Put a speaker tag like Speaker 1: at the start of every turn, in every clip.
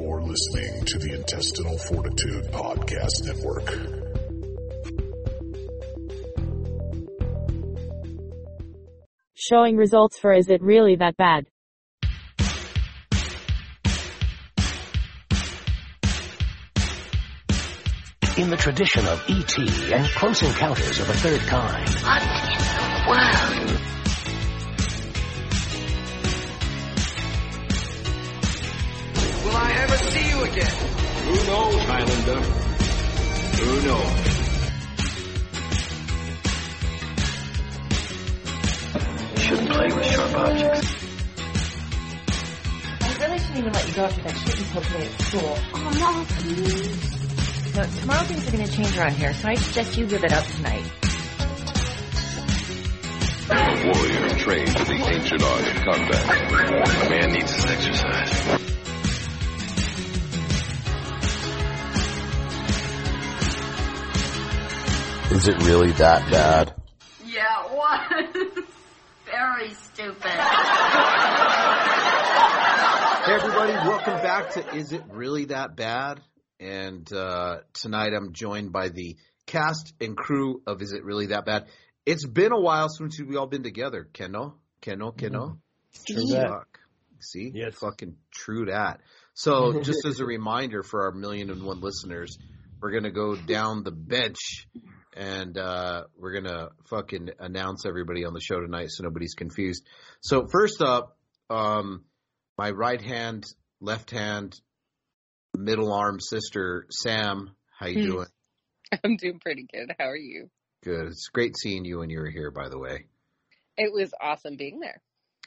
Speaker 1: listening to the Intestinal Fortitude Podcast Network.
Speaker 2: Showing results for Is It Really That Bad?
Speaker 3: In the tradition of E.T. and Close Encounters of a Third Kind,
Speaker 4: Will I ever see you again? Who knows, Highlander? Who knows?
Speaker 3: shouldn't play with sharp objects.
Speaker 5: I really shouldn't even let you go after that shit you poked me at school.
Speaker 6: Oh, Mom, please.
Speaker 5: No, tomorrow things are gonna change around here, so I suggest you give it up tonight.
Speaker 4: A warrior trained for the ancient art of combat. A man needs his exercise.
Speaker 7: Is it really that bad?
Speaker 6: Yeah, it was. Very stupid.
Speaker 8: Hey everybody, welcome back to Is It Really That Bad? And uh, tonight I'm joined by the cast and crew of Is It Really That Bad? It's been a while since we all been together, Keno, Keno, Keno. True See,
Speaker 9: Yes.
Speaker 8: fucking true that. So just as a reminder for our million and one listeners, we're gonna go down the bench and uh, we're gonna fucking announce everybody on the show tonight so nobody's confused. So first up, um, my right hand, left hand, middle arm sister, Sam. How you
Speaker 10: Hmm.
Speaker 8: doing?
Speaker 10: I'm doing pretty good. How are you?
Speaker 8: Good. It's great seeing you when you were here, by the way.
Speaker 10: It was awesome being there.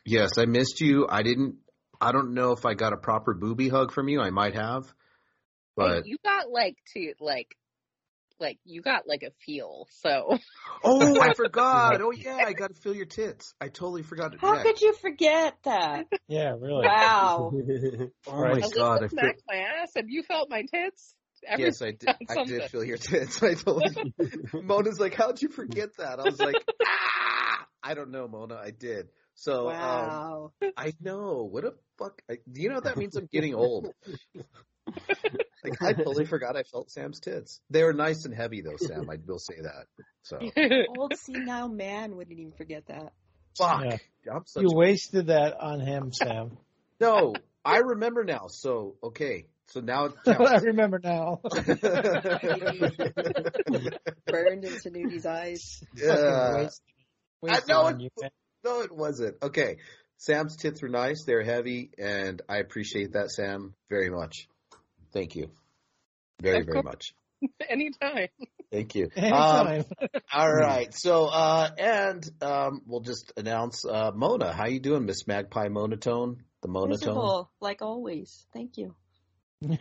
Speaker 8: Yes, I missed you. I didn't. I don't know if I got a proper booby hug from you. I might have,
Speaker 10: Like,
Speaker 8: but
Speaker 10: you got like to like like you got like a feel. So
Speaker 8: oh, I forgot. Oh yeah, I got to feel your tits. I totally forgot. To
Speaker 11: How
Speaker 8: check.
Speaker 11: could you forget that?
Speaker 9: Yeah, really.
Speaker 11: Wow.
Speaker 8: Oh my
Speaker 9: Christ.
Speaker 8: god, I
Speaker 10: I
Speaker 8: feel,
Speaker 10: smacked my ass and you felt my tits. Every-
Speaker 8: yes, I did. I
Speaker 10: something.
Speaker 8: did feel your tits. I totally. Mona's like, how'd you forget that? I was like, ah, I don't know, Mona. I did. So um,
Speaker 11: Wow.
Speaker 8: I know. What a fuck. I, do you know what that means? I'm getting old. like, I totally forgot I felt Sam's tits. They were nice and heavy, though, Sam. I will say that. So,
Speaker 11: Old senile man wouldn't even forget that.
Speaker 8: fuck.
Speaker 9: Yeah.
Speaker 8: I'm such
Speaker 9: You wasted that on him, Sam.
Speaker 8: No, I remember now. So, okay. So now it
Speaker 9: I
Speaker 8: counts.
Speaker 9: remember now.
Speaker 11: Burned into Nudie's eyes.
Speaker 9: Fucking
Speaker 8: yeah.
Speaker 9: waste- waste
Speaker 8: know
Speaker 9: on
Speaker 8: it-
Speaker 9: you, man.
Speaker 8: No, it wasn't. Okay. Sam's tits were nice. They're heavy. And I appreciate that, Sam, very much. Thank you. Very,
Speaker 10: Of
Speaker 8: very
Speaker 10: course.
Speaker 8: much.
Speaker 10: Anytime.
Speaker 8: Thank you. Um,
Speaker 9: Anytime.
Speaker 8: All right. So, uh, and um, we'll just announce uh, Mona. How you doing, Miss Magpie Monotone? The Monotone.
Speaker 11: Miserable, like always. Thank you.
Speaker 9: She's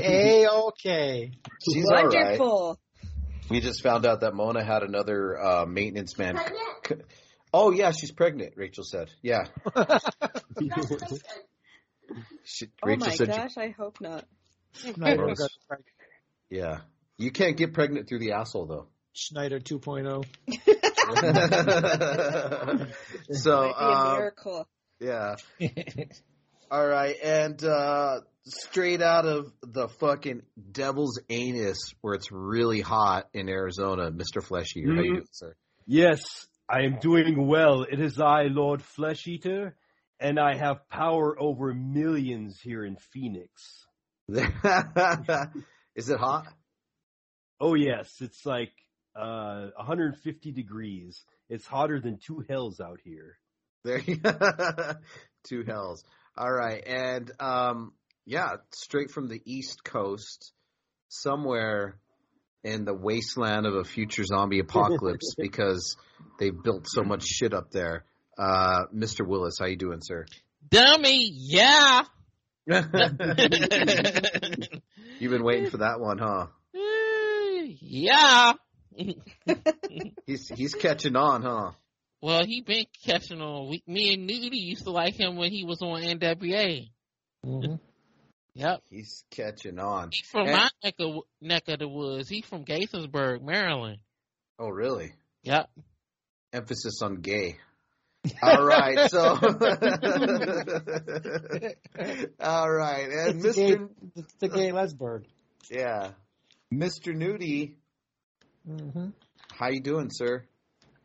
Speaker 9: a okay.
Speaker 8: She's all right.
Speaker 11: Wonderful.
Speaker 8: We just found out that Mona had another uh, maintenance man. Oh yeah, she's pregnant. Rachel said. Yeah. She, Rachel
Speaker 11: Oh my
Speaker 8: said.
Speaker 11: gosh, I hope not.
Speaker 9: Schneider, got-
Speaker 8: Yeah. You can't get pregnant through the asshole though.
Speaker 9: Schneider
Speaker 8: oh.
Speaker 9: 2.0.
Speaker 8: so
Speaker 11: Might be a
Speaker 8: um,
Speaker 11: miracle.
Speaker 8: yeah. All right, and uh straight out of the fucking devil's anus, where it's really hot in Arizona, Mister Flesh Eater. How you
Speaker 9: Mhm.
Speaker 8: doing, sir?
Speaker 12: Yes, I am doing well. It is I, Lord Flesh Eater, and I have power over millions here in Phoenix.
Speaker 8: Is it hot?
Speaker 12: Oh yes, it's like uh 150 degrees. It's hotter than two hells out here.
Speaker 8: There, you- two hells. All right, and um, yeah, straight from the East Coast, somewhere in the wasteland of a future zombie apocalypse, because they've built so much shit up there. Uh, Mr. Willis, how you doing, sir?
Speaker 13: Dummy, yeah.
Speaker 8: You've been waiting for that one, huh?
Speaker 13: yeah.
Speaker 8: He's he's catching on, huh?
Speaker 13: Well, he been catching on. We, me and Nudie used to like him when he was on NWA.
Speaker 8: Mm-hmm.
Speaker 9: Mhm.
Speaker 13: Yep.
Speaker 8: He's catching on.
Speaker 13: He's from
Speaker 8: And-
Speaker 13: my neck of, neck of the woods. He's from Gaithersburg, Maryland.
Speaker 8: Oh, really?
Speaker 13: Yep.
Speaker 8: Emphasis on gay. All right, so all right, and Mr.
Speaker 9: It's a gay- it's the gay lesbird.
Speaker 8: Yeah, Mr. Nudie,
Speaker 9: hmm
Speaker 8: how you doing, sir?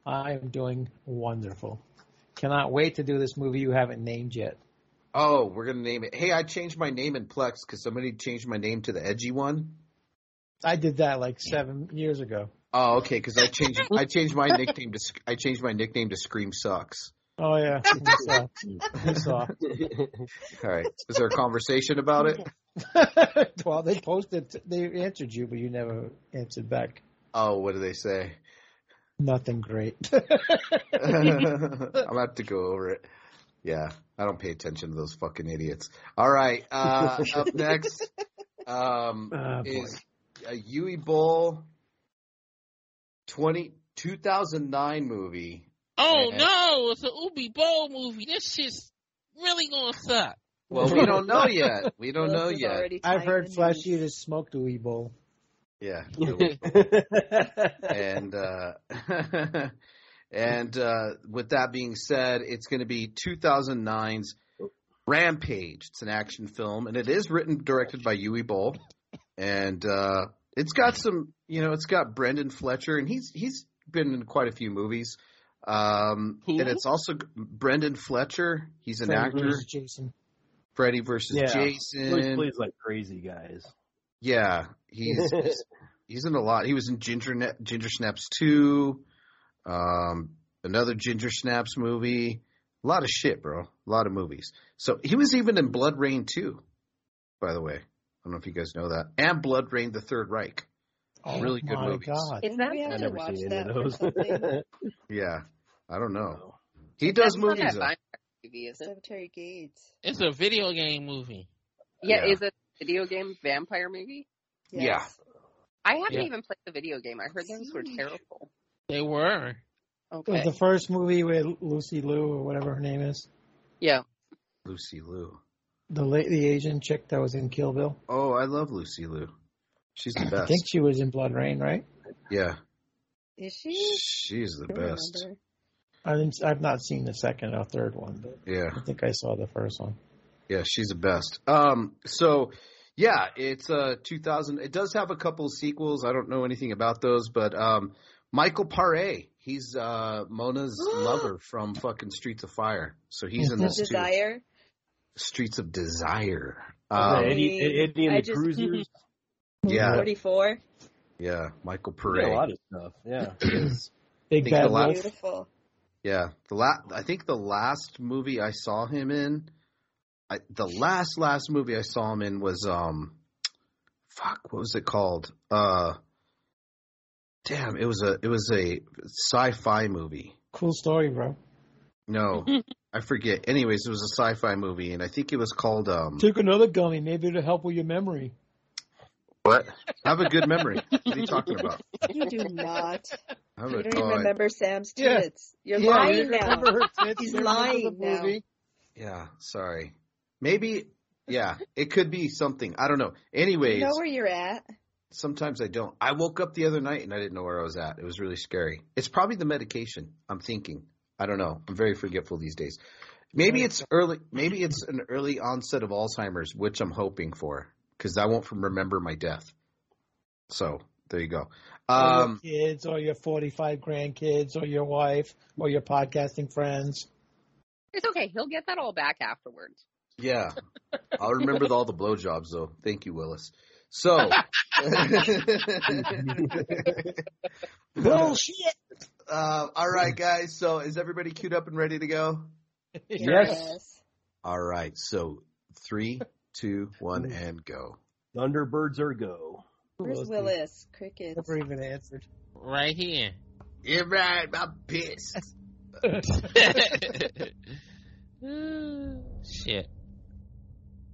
Speaker 9: I am doing wonderful. Cannot wait to do this movie you haven't named yet.
Speaker 8: Oh, we're gonna name it. Hey, I changed my name in Plex because somebody changed my name to the edgy one.
Speaker 9: I did that like seven years ago.
Speaker 8: Oh, okay, because I changed I changed my nickname to Sc- I changed my nickname to Scream Sucks.
Speaker 9: Oh yeah, I saw. I saw.
Speaker 8: All right, is there a conversation about it?
Speaker 9: well, they posted, they answered you, but you never answered back.
Speaker 8: Oh, what do they say?
Speaker 9: Nothing great.
Speaker 8: I'm about to go over it. Yeah, I don't pay attention to those fucking idiots. All right, uh, up next um,
Speaker 9: Ah, boy.
Speaker 8: is a Yui Bowl 20, 2009 movie.
Speaker 13: Oh
Speaker 8: And-
Speaker 13: no, it's an Ubi Bowl movie. This shit's really gonna suck.
Speaker 8: Well, we don't know yet. We don't know yet.
Speaker 9: I've heard Flesh Eaters smoked a wee bowl.
Speaker 8: Yeah. and uh, and uh, with that being said, it's going to be 2009's Rampage. It's an action film, and it is written directed by Yui Boll, and uh, it's got some, you know, it's got Brendan Fletcher, and he's he's been in quite a few movies. Um,
Speaker 13: Who?
Speaker 8: and it's also Brendan Fletcher. He's an
Speaker 9: Freddy
Speaker 8: actor.
Speaker 9: versus Jason.
Speaker 8: Freddy versus
Speaker 12: Yeah.
Speaker 8: Jason.
Speaker 12: Please, please, like crazy guys.
Speaker 8: Yeah, he's he's, he's in a lot. He was in Ginger Ne- Ginger Snaps two, um, another Ginger Snaps movie. A lot of shit, bro. A lot of movies. So he was even in Blood Rain two, by the way. I don't know if you guys know that. And Blood Rain: The Third Reich.
Speaker 9: Oh
Speaker 8: really good
Speaker 9: my
Speaker 8: movies.
Speaker 9: God.
Speaker 10: Is that
Speaker 11: We have
Speaker 10: the-
Speaker 12: I
Speaker 11: to
Speaker 12: never
Speaker 11: watch
Speaker 12: seen any
Speaker 11: that
Speaker 12: of
Speaker 11: for
Speaker 12: those.
Speaker 11: something.
Speaker 8: Yeah, I don't know. He does
Speaker 10: that's not
Speaker 8: movies.
Speaker 10: that
Speaker 8: though.
Speaker 10: Minecraft movie, is it?
Speaker 11: Cemetery Gates.
Speaker 13: It's a video game movie.
Speaker 10: Yeah,
Speaker 8: Yeah.
Speaker 10: is it a video game vampire movie?
Speaker 8: Yeah.
Speaker 11: Yes.
Speaker 10: I haven't
Speaker 13: Yeah.
Speaker 10: even played the video game. I heard those were terrible.
Speaker 13: They were.
Speaker 9: It was
Speaker 10: Okay.
Speaker 9: the first movie with Lucy Liu or whatever her name is,
Speaker 10: yeah.
Speaker 8: Lucy Liu.
Speaker 9: the la- the Asian chick that was in Kill Bill.
Speaker 8: Oh, I love Lucy Liu. She's the
Speaker 9: I
Speaker 8: best.
Speaker 9: think she was in Blood Rain, right?
Speaker 8: Yeah,
Speaker 11: Is she?
Speaker 8: she's the
Speaker 11: I don't
Speaker 8: best.
Speaker 11: remember.
Speaker 9: I didn't, I've not seen the second or third one, but
Speaker 8: Yeah.
Speaker 9: I think I saw the first one.
Speaker 8: Yeah, she's the best. Um, so yeah, it's uh 2000. It does have a couple sequels. I don't know anything about those, but um, Michael Paré, he's uh Mona's lover from fucking Streets of Fire, so he's in
Speaker 9: Mhm.
Speaker 8: this too.
Speaker 11: Desire.
Speaker 8: Streets of Desire.
Speaker 12: The
Speaker 8: Um,
Speaker 12: Eddie, Eddie and
Speaker 11: I
Speaker 12: the
Speaker 11: just-
Speaker 12: Cruisers.
Speaker 8: yeah,
Speaker 11: 44.
Speaker 8: yeah, Michael
Speaker 12: We got A
Speaker 8: Paré.
Speaker 12: lot of stuff. Yeah.
Speaker 9: Big
Speaker 8: Think
Speaker 9: Bad
Speaker 8: the last-
Speaker 9: Wolf.
Speaker 11: Beautiful.
Speaker 8: Yeah, the la- I think the last movie I saw him in, I, the last last movie I saw him in was um, fuck, what was it called? Uh, damn, it was a it was a sci-fi movie.
Speaker 9: Cool story, bro.
Speaker 8: No, I forget. Anyways, it was a sci-fi movie, and I think it was called um.
Speaker 9: Take another gummy, maybe it'll help with your memory.
Speaker 8: What? Have a good memory. What are you talking about?
Speaker 11: You do not.
Speaker 8: Have
Speaker 11: You
Speaker 8: a
Speaker 11: don't
Speaker 8: oh,
Speaker 11: even
Speaker 8: I-
Speaker 11: remember Sam's
Speaker 9: Yeah.
Speaker 11: tits. You're
Speaker 9: Yeah,
Speaker 11: lying
Speaker 9: you
Speaker 11: now.
Speaker 9: remember her tits,
Speaker 11: He's
Speaker 9: you remember
Speaker 11: lying
Speaker 9: the movie.
Speaker 8: Yeah, sorry. Maybe. Yeah, it could be something. I don't know. Anyways.
Speaker 11: You know where you're at.
Speaker 8: Sometimes I don't. I woke up the other night and I didn't know where I was at. It was really scary. It's probably the medication. I'm thinking. I don't know. I'm very forgetful these days. Maybe it's early. Maybe it's an early onset of Alzheimer's, which I'm hoping for, because I won't remember my death. So there you go. Um,
Speaker 9: or your kids, or your forty-five grandkids, or your wife, or your podcasting friends.
Speaker 10: It's okay. He'll get that all back afterwards.
Speaker 8: yeah, I'll remember all the blowjobs though. Thank you, Willis. So.
Speaker 9: Bullshit.
Speaker 8: Uh, all right, guys. So is everybody queued up and ready to go?
Speaker 12: Yes.
Speaker 8: All right. So three, two, one, and go.
Speaker 12: Thunderbirds are go.
Speaker 11: Where's Willis? Crickets.
Speaker 9: Never even answered.
Speaker 13: Right here.
Speaker 8: Yeah, right. I'm pissed.
Speaker 13: Shit.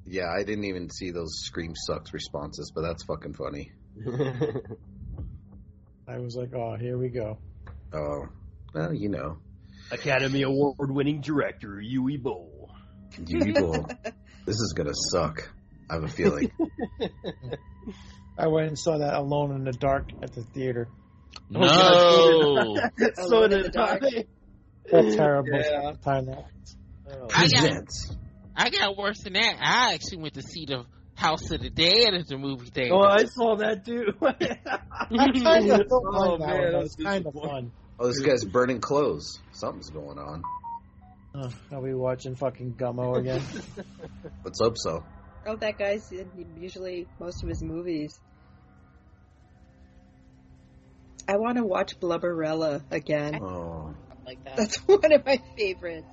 Speaker 8: Yeah, I didn't even see those scream sucks responses, but that's fucking funny.
Speaker 9: I was like, oh, here we go.
Speaker 8: Oh, well, you know,
Speaker 12: Academy Award winning director Yui Bowl.
Speaker 8: you evil. this is gonna suck. I have a feeling.
Speaker 9: I went and saw that alone in the Oh, dark at the theater.
Speaker 13: No.
Speaker 11: Alone in the dark.
Speaker 12: I.
Speaker 9: That's terrible
Speaker 13: Yeah.
Speaker 9: time that
Speaker 13: I got, I got worse than that. I actually went to see the House of the Dead at the movie theater.
Speaker 12: Oh, I saw that too.
Speaker 9: I kind of don't
Speaker 12: Oh,
Speaker 9: like that
Speaker 12: man,
Speaker 9: one.
Speaker 12: I
Speaker 9: That
Speaker 12: was
Speaker 9: was kind of fun.
Speaker 8: Oh, this guy's burning clothes. Something's going on.
Speaker 9: Ugh, are we watching fucking Gummo again?
Speaker 8: Let's hope so.
Speaker 11: Oh, that guy's in usually most of his movies. I want to watch Blubberella again.
Speaker 8: Oh.
Speaker 10: like that.
Speaker 11: That's one of my favorites.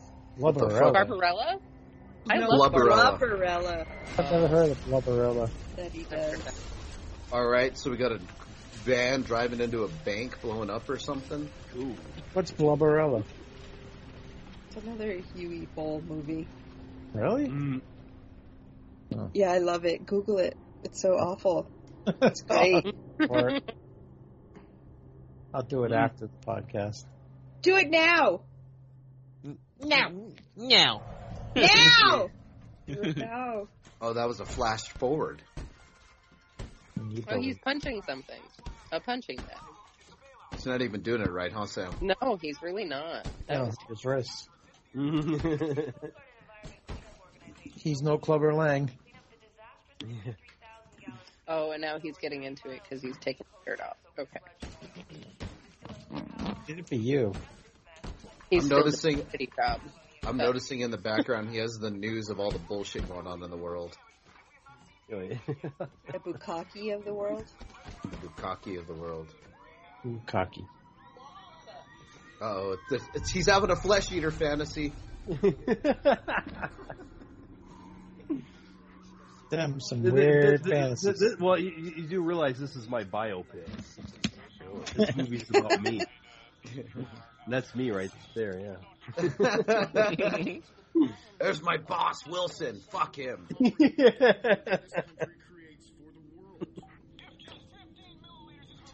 Speaker 9: Blubberella.
Speaker 10: Barbarella? I
Speaker 11: No,
Speaker 10: love
Speaker 8: Blubberella.
Speaker 11: Blubberella.
Speaker 9: I've never heard of Blubberella.
Speaker 11: That he does.
Speaker 8: All right, so we got a van driving into a bank, blowing up or something. Ooh.
Speaker 9: What's Blubberella?
Speaker 11: It's another Huey Bowl movie.
Speaker 9: Really?
Speaker 12: Mm.
Speaker 11: Yeah, I love it. Google it. It's so awful. It's great.
Speaker 9: Or- I'll do
Speaker 12: Mm.
Speaker 9: it after the podcast.
Speaker 11: Do it now!
Speaker 10: Now!
Speaker 13: Now.
Speaker 11: Now! Do it now.
Speaker 8: Oh, that was a flash forward.
Speaker 10: Oh, he's punching something. A punching bag.
Speaker 8: He's not even doing it right, huh, Sam?
Speaker 10: No, he's really not. That
Speaker 9: No,
Speaker 10: was
Speaker 9: it's wrist. He's no Clubber Lang.
Speaker 10: Oh, and now he's getting into it because he's taking his shirt off. Okay.
Speaker 9: Did it be you?
Speaker 10: He's
Speaker 8: I'm
Speaker 10: still
Speaker 8: noticing-
Speaker 10: doing a City job.
Speaker 8: I'm noticing in the background he has the news of all the bullshit going on in the world.
Speaker 12: Oh,
Speaker 11: The Bukaki of the world.
Speaker 8: Bukaki of the world.
Speaker 9: Ooh, cocky.
Speaker 8: Oh, it's, it's, he's having a flesh eater fantasy.
Speaker 9: Them some
Speaker 12: Th- th- th-
Speaker 9: weird
Speaker 12: th- th-
Speaker 9: fantasies.
Speaker 12: th- well, you, you you do realize this is my biopic. This movie's about me. And that's me right there, yeah.
Speaker 8: There's my boss, Wilson. Fuck him.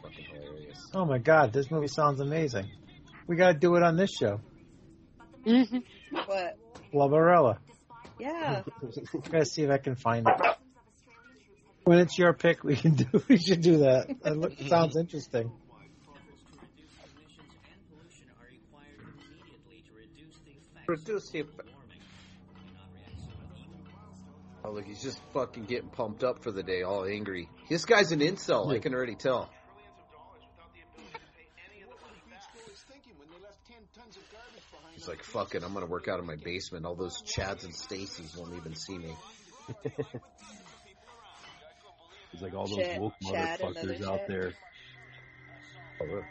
Speaker 8: Fucking hilarious.
Speaker 9: Oh my god, this movie sounds amazing. We gotta do it on this show.
Speaker 11: What?
Speaker 9: Blubberella.
Speaker 11: Yeah.
Speaker 9: I gotta see if I can find it. When it's your pick, we can do. We should do that. That look, sounds interesting.
Speaker 8: Reduce the effect. Oh, look, he's just fucking getting pumped up for the day, all angry. This guy's an incel, I
Speaker 9: Yeah.
Speaker 8: can already tell. He's like, fuck it, I'm gonna work out in my basement. All those Chads and Stacy's won't even see me.
Speaker 12: It's like all those
Speaker 11: Chad-
Speaker 12: woke
Speaker 11: Chad, another
Speaker 12: motherfuckers out
Speaker 11: Chad.
Speaker 12: there.
Speaker 8: Oh, look.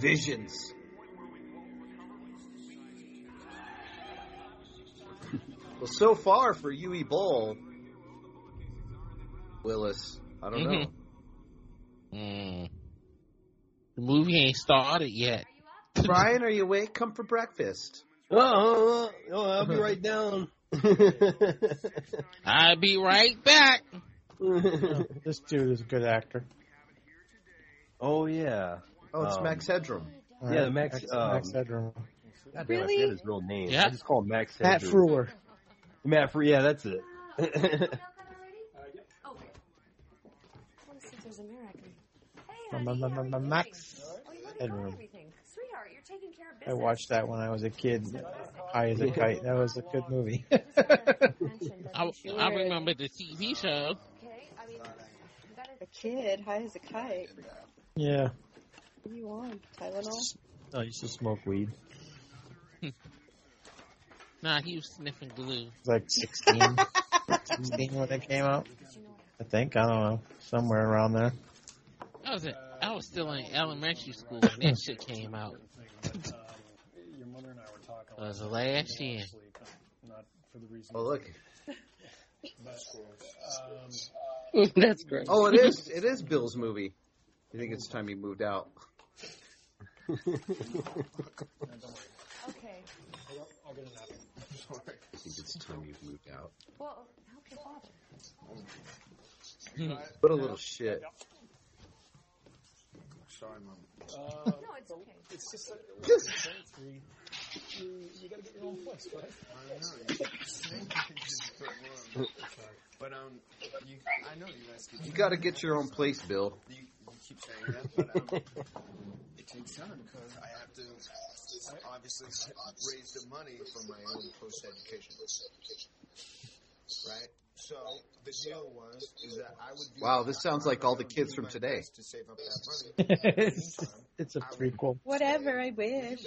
Speaker 8: Visions. well, so far for Yui Bowl, Willis, I don't know.
Speaker 13: Mm. The movie ain't started yet.
Speaker 8: Brian, are you awake? Come for breakfast.
Speaker 12: Oh, oh, oh, I'll be right down.
Speaker 13: I'll be right back.
Speaker 9: This dude is a good actor.
Speaker 12: oh yeah,
Speaker 8: Oh, it's
Speaker 12: Um,
Speaker 8: Max Headroom.
Speaker 9: All
Speaker 12: Yeah, Max,
Speaker 9: Max,
Speaker 12: um,
Speaker 9: Max Headroom.
Speaker 12: God damn, I
Speaker 11: Really?
Speaker 12: forgot his real name.
Speaker 13: Yeah.
Speaker 12: I just call him Max.
Speaker 9: Matt
Speaker 12: Hedger.
Speaker 9: Frewer.
Speaker 12: Matt Frewer. Yeah, that's it.
Speaker 14: Oh. want to see if there's a American.
Speaker 9: Ma-
Speaker 14: Hey,
Speaker 9: ma-
Speaker 14: honey,
Speaker 9: ma-
Speaker 14: how
Speaker 9: ma-
Speaker 14: are you
Speaker 9: ma-
Speaker 14: doing?
Speaker 9: Max
Speaker 14: Oh, you want to
Speaker 9: Headroom.
Speaker 14: buy everything. Sweetheart, you're taking care of
Speaker 9: I
Speaker 14: business.
Speaker 9: watched that when I was a kid. High as a kite. That was a good movie.
Speaker 14: Mentioned that
Speaker 13: I,
Speaker 14: we should-
Speaker 13: I remember the TV show.
Speaker 14: Okay, I mean, better
Speaker 11: A kid, high as a kite.
Speaker 9: yeah.
Speaker 11: What do you want? Tylenol?
Speaker 9: I used to smoke weed.
Speaker 13: Nah, he was sniffing glue.
Speaker 9: was like 16, 16 when it came out. I think I don't know, somewhere around there.
Speaker 13: I was at, I was still in elementary school when that shit came out.
Speaker 15: Your mother and I were talking.
Speaker 13: It was last year.
Speaker 15: Not for the reason.
Speaker 8: Oh, look.
Speaker 15: Um,
Speaker 10: That's great.
Speaker 8: Oh, it is. It is Bill's movie. You think it's time he moved out?
Speaker 14: Okay.
Speaker 15: hold up, I'll get a napkin. Sorry.
Speaker 8: I think it's time you've moved out.
Speaker 14: Well, help your father.
Speaker 8: What a little shit.
Speaker 15: Sorry, mom. Uh,
Speaker 14: No, it's okay.
Speaker 15: it's just that it was sensory. You, you gotta get your own place, right? I know. But um, you, I know you guys
Speaker 8: You got to get your own place, Bill.
Speaker 15: You, you keep saying that, but um, it takes time because I have to obviously raise the money for my own post education. Right. So the deal was is that I would. Do
Speaker 8: Wow, this sounds like all the kids from today.
Speaker 15: To save up that money.
Speaker 9: it's, it's a prequel.
Speaker 11: Whatever, I wish.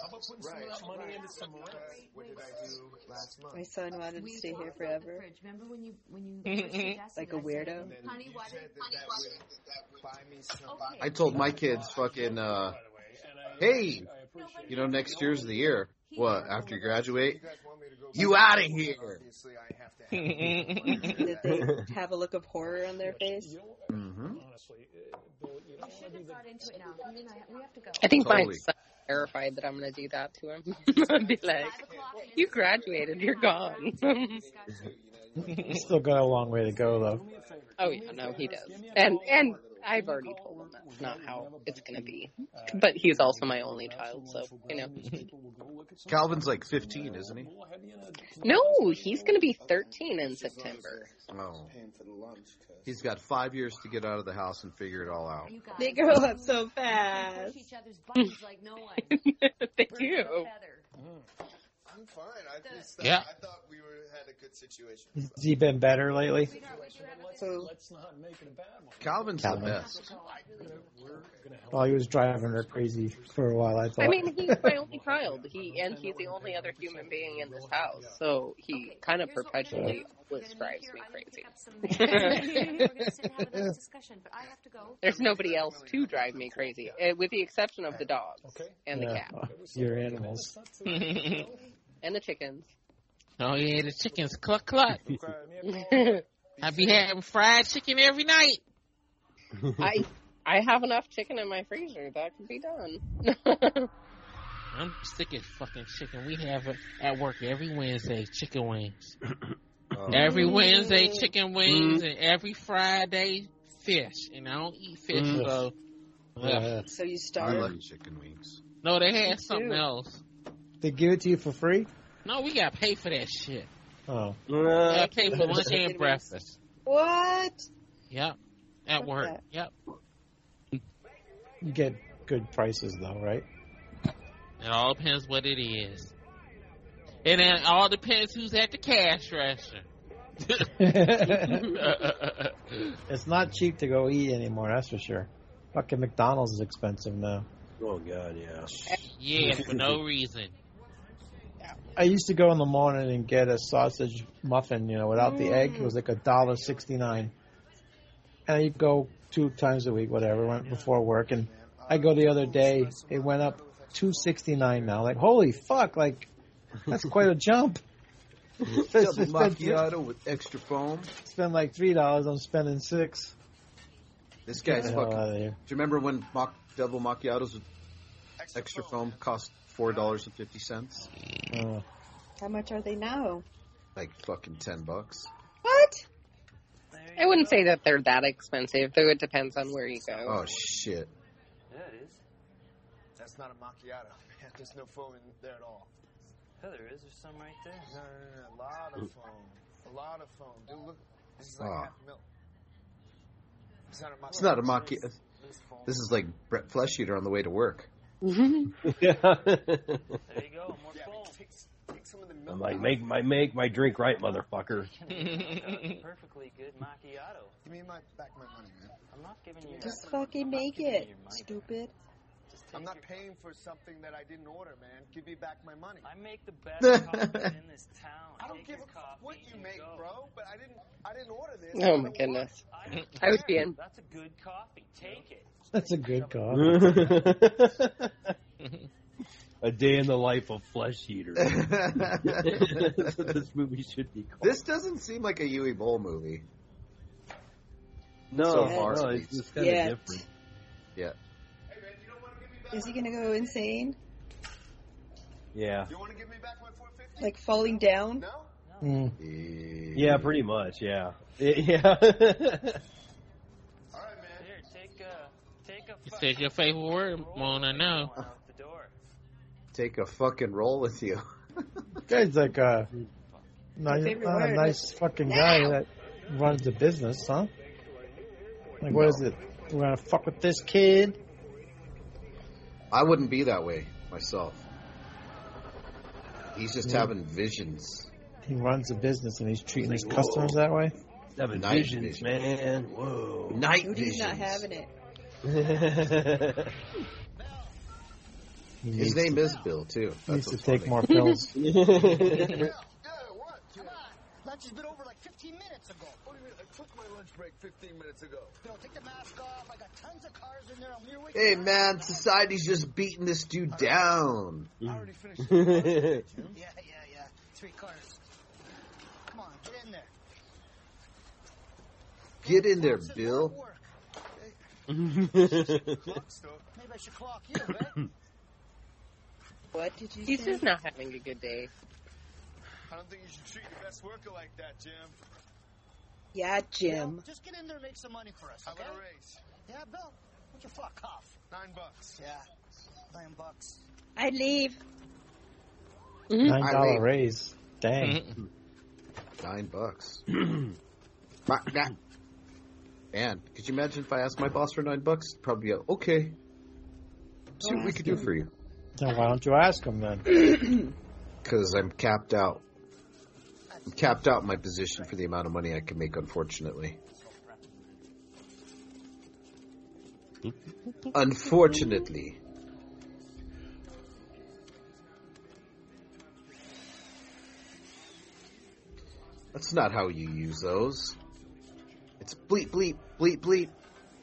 Speaker 15: How about putting some of that money into some else? What did I do last month?
Speaker 11: My son wanted to
Speaker 14: We
Speaker 11: stay here
Speaker 14: talked about the
Speaker 11: forever.
Speaker 14: fridge. Remember when you when you
Speaker 11: like a weirdo.
Speaker 15: And Honey, you said that that would buy me some.
Speaker 8: I told my kids, fucking, uh, hey, you know, next year's the year. What? After you graduate, you out of here.
Speaker 15: Obviously, I have to
Speaker 11: Did they have a look of horror on their face?
Speaker 8: Mm-hmm.
Speaker 15: Honestly, uh, Bill, you know,
Speaker 14: should have got into it now. I mean, I, we have to go.
Speaker 10: I think
Speaker 8: Totally.
Speaker 10: mine's terrified that I'm gonna do that to him. I'd be like, "You graduated, you're gone."
Speaker 9: He's still got a long way to go, though.
Speaker 10: oh yeah, no, he does, and and I've already told him that's not how it's gonna be. But he's also my only child, so you know.
Speaker 8: Calvin's like 15, isn't he?
Speaker 10: No, he's gonna be 13 in September.
Speaker 8: Oh. He's got five years to get out of the house and figure it all out.
Speaker 14: You guys,
Speaker 11: They grow up so fast.
Speaker 14: push each other's buttons like no one.
Speaker 10: they
Speaker 14: Birds of a
Speaker 10: do.
Speaker 14: feather.
Speaker 15: I'm fine. I just
Speaker 13: Yeah.
Speaker 15: I thought we were had a good situation.
Speaker 9: Has he been better lately?
Speaker 11: So
Speaker 8: Calvin's the
Speaker 9: Calvin.
Speaker 8: best.
Speaker 9: Well, he was driving her crazy for a while, I thought.
Speaker 10: I mean, he's my only child. He and he's the only other human being in this house, so he kind of perpetually always drives me crazy.
Speaker 14: We're gonna sit and have a nice discussion, but I have to go.
Speaker 10: There's nobody else to drive me crazy, eh, with the exception of the dogs and the
Speaker 9: Yeah.
Speaker 10: cat
Speaker 9: Your animals.
Speaker 10: and the chickens.
Speaker 13: Oh yeah, the chickens cluck cluck.
Speaker 10: I
Speaker 13: I be having fried chicken every night.
Speaker 10: I have enough chicken in my freezer. That could be done.
Speaker 13: I'm sick of fucking chicken. We have it at work every Wednesday, chicken wings.
Speaker 8: Oh,
Speaker 13: Every Wednesday, chicken wings, and every Friday, fish. And I don't eat fish,
Speaker 9: Mm.
Speaker 13: so
Speaker 9: Yeah.
Speaker 11: so you
Speaker 8: I
Speaker 11: starve.
Speaker 8: love chicken wings.
Speaker 13: no, they
Speaker 11: Me
Speaker 13: had
Speaker 11: too.
Speaker 13: something else.
Speaker 9: They give it to you for free?
Speaker 13: No, we got to pay for that shit.
Speaker 9: Oh.
Speaker 13: We got to pay for lunch and
Speaker 11: Uh, Chicken
Speaker 13: breakfast.
Speaker 11: What?
Speaker 13: Yep, at
Speaker 11: What's
Speaker 13: work.
Speaker 11: that?
Speaker 13: Yep,
Speaker 9: You get good prices, though, right?
Speaker 13: it all depends what it is, and then it all depends who's at the cash
Speaker 9: it's
Speaker 13: register.
Speaker 9: not cheap to go eat anymore, that's for sure. Fucking McDonald's is expensive now.
Speaker 16: Oh God, yeah.
Speaker 13: Yeah, for no reason.
Speaker 9: I used to go in the morning and get a sausage muffin, you know, without the egg. It was like a dollar sixty nine. And you go two times a week, whatever, went before work and I go the other day, it went up two sixty nine now. Like, holy fuck, like that's quite a jump. It's
Speaker 8: Double
Speaker 9: been, it's
Speaker 8: macchiato with extra foam.
Speaker 9: been like three dollars, I'm spending six.
Speaker 8: This guy's
Speaker 9: Get the hell
Speaker 8: fucking.
Speaker 9: outta here.
Speaker 8: Do you remember when mock, double macchiatos with
Speaker 15: Oh.
Speaker 8: extra foam cost four dollars and fifty cents?
Speaker 9: Uh,
Speaker 11: How much are they now?
Speaker 8: Like fucking ten bucks.
Speaker 11: What?
Speaker 10: I wouldn't say that they're that expensive, though it depends on where you go.
Speaker 8: Oh shit!
Speaker 15: Yeah, it is. That's not a macchiato, man. There's no foam in there at all. Yeah, there is. There's some right there. No, no, no. A lot of foam. A lot of foam. Dude, look. This is like
Speaker 8: Ah.
Speaker 15: half milk. It's not a macchiato.
Speaker 8: It's not a macchiato.
Speaker 15: There's foam.
Speaker 8: This is like Brett Flesh Eater on the way to work.
Speaker 15: There you go. More foam. Take, take some of the milk.
Speaker 16: I'm like,
Speaker 15: out.
Speaker 16: make my make my drink right, motherfucker.
Speaker 17: perfectly good macchiato.
Speaker 15: Give me my back my money, man.
Speaker 17: I'm not giving you.
Speaker 11: Just fucking make it, stupid.
Speaker 15: I'm not paying for something that I didn't order, man. Give me back my money.
Speaker 17: I make the best coffee in this town.
Speaker 15: I don't
Speaker 17: Take
Speaker 15: give
Speaker 17: your
Speaker 15: a fuck
Speaker 17: coffee
Speaker 15: what you
Speaker 17: and
Speaker 15: make,
Speaker 17: go.
Speaker 15: bro. But I didn't. I didn't order this.
Speaker 10: Oh my goodness.
Speaker 17: I don't
Speaker 10: I was
Speaker 17: care.
Speaker 10: being-
Speaker 17: That's a good coffee. Take it.
Speaker 9: that's a good call.
Speaker 16: A day in the life of flesh eater. That's what this movie should be called.
Speaker 8: This doesn't seem like a Yui Bowl movie.
Speaker 16: no,
Speaker 8: so far,
Speaker 16: no,
Speaker 8: at
Speaker 16: it's
Speaker 8: least.
Speaker 16: just kind of
Speaker 11: Yeah.
Speaker 16: different.
Speaker 8: Yeah.
Speaker 11: Is he gonna go insane?
Speaker 16: Yeah,
Speaker 15: You want to give me back my 450?
Speaker 11: Like falling down?
Speaker 15: No.
Speaker 9: Mm.
Speaker 16: yeah, pretty much. Yeah, yeah.
Speaker 15: All right, man.
Speaker 17: Here, take a take a.
Speaker 13: You said your favorite word, Mona. No.
Speaker 17: Out the door.
Speaker 8: Take a fucking roll with you.
Speaker 9: Guy's like a, nice,
Speaker 11: favorite
Speaker 9: not a
Speaker 11: word.
Speaker 9: nice fucking guy that runs the business, huh? Like, what is it? We're gonna fuck with this kid.
Speaker 8: I wouldn't be that way myself. He's just having visions.
Speaker 9: He runs a business and he's treating his customers that way.
Speaker 8: Having
Speaker 16: Night visions, man. Whoa.
Speaker 8: Night
Speaker 11: Rudy's not
Speaker 8: visions.
Speaker 11: having it.
Speaker 8: His name is Bill too.
Speaker 9: He
Speaker 8: That's
Speaker 9: needs to
Speaker 8: what's
Speaker 9: take
Speaker 8: funny.
Speaker 9: more pills.
Speaker 15: Lunch has been over like 15 minutes ago. What do you mean? I took my lunch break 15 minutes ago. No, take the mask off. I got tons of cars in there. I'm here with
Speaker 8: hey man, society's just beating this dude down.
Speaker 15: Yeah, yeah, yeah. Three cars. Come on, get in there.
Speaker 8: Get in there, Bill.
Speaker 15: Maybe I should clock you, right?
Speaker 11: What did you
Speaker 10: He's
Speaker 11: say?
Speaker 10: just not having a good day.
Speaker 15: I don't think you should treat your best worker like that, Jim.
Speaker 11: Yeah, Jim.
Speaker 15: Just get in there and make some money for us. How about a raise? Yeah, Bill. What you fuck off? Nine bucks. Yeah, nine bucks.
Speaker 11: I leave.
Speaker 9: Nine
Speaker 8: I
Speaker 9: dollar
Speaker 8: leave.
Speaker 9: raise. Dang.
Speaker 8: Nine bucks. Fuck that. Man, could you imagine if I asked my boss for nine bucks? He'd Probably go, okay. See what we could do for you.
Speaker 9: Then why don't you ask him then?
Speaker 8: Because I'm capped out. I'm capped out in my position for the amount of money I can make, unfortunately. Unfortunately. That's not how you use those. It's bleep, bleep, bleep, bleep.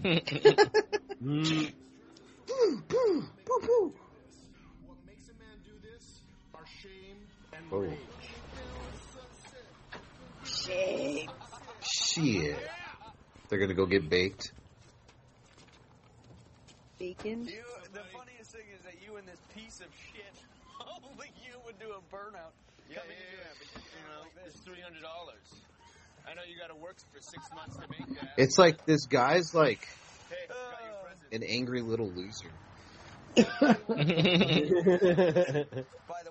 Speaker 15: Mm.
Speaker 8: Boo, boo, boo, boo. Oh.
Speaker 11: Shit.
Speaker 8: Shit. They're gonna go get baked.
Speaker 11: Bacon.
Speaker 15: You, the funniest thing is that you and this piece of shit, only you would do a burnout. Yeah, yeah, yeah, but you know, it's three hundred dollars. I know you got to work for six months to make that.
Speaker 8: It's like this guy's like
Speaker 15: Hey, got your present.
Speaker 8: an angry little loser.
Speaker 15: By the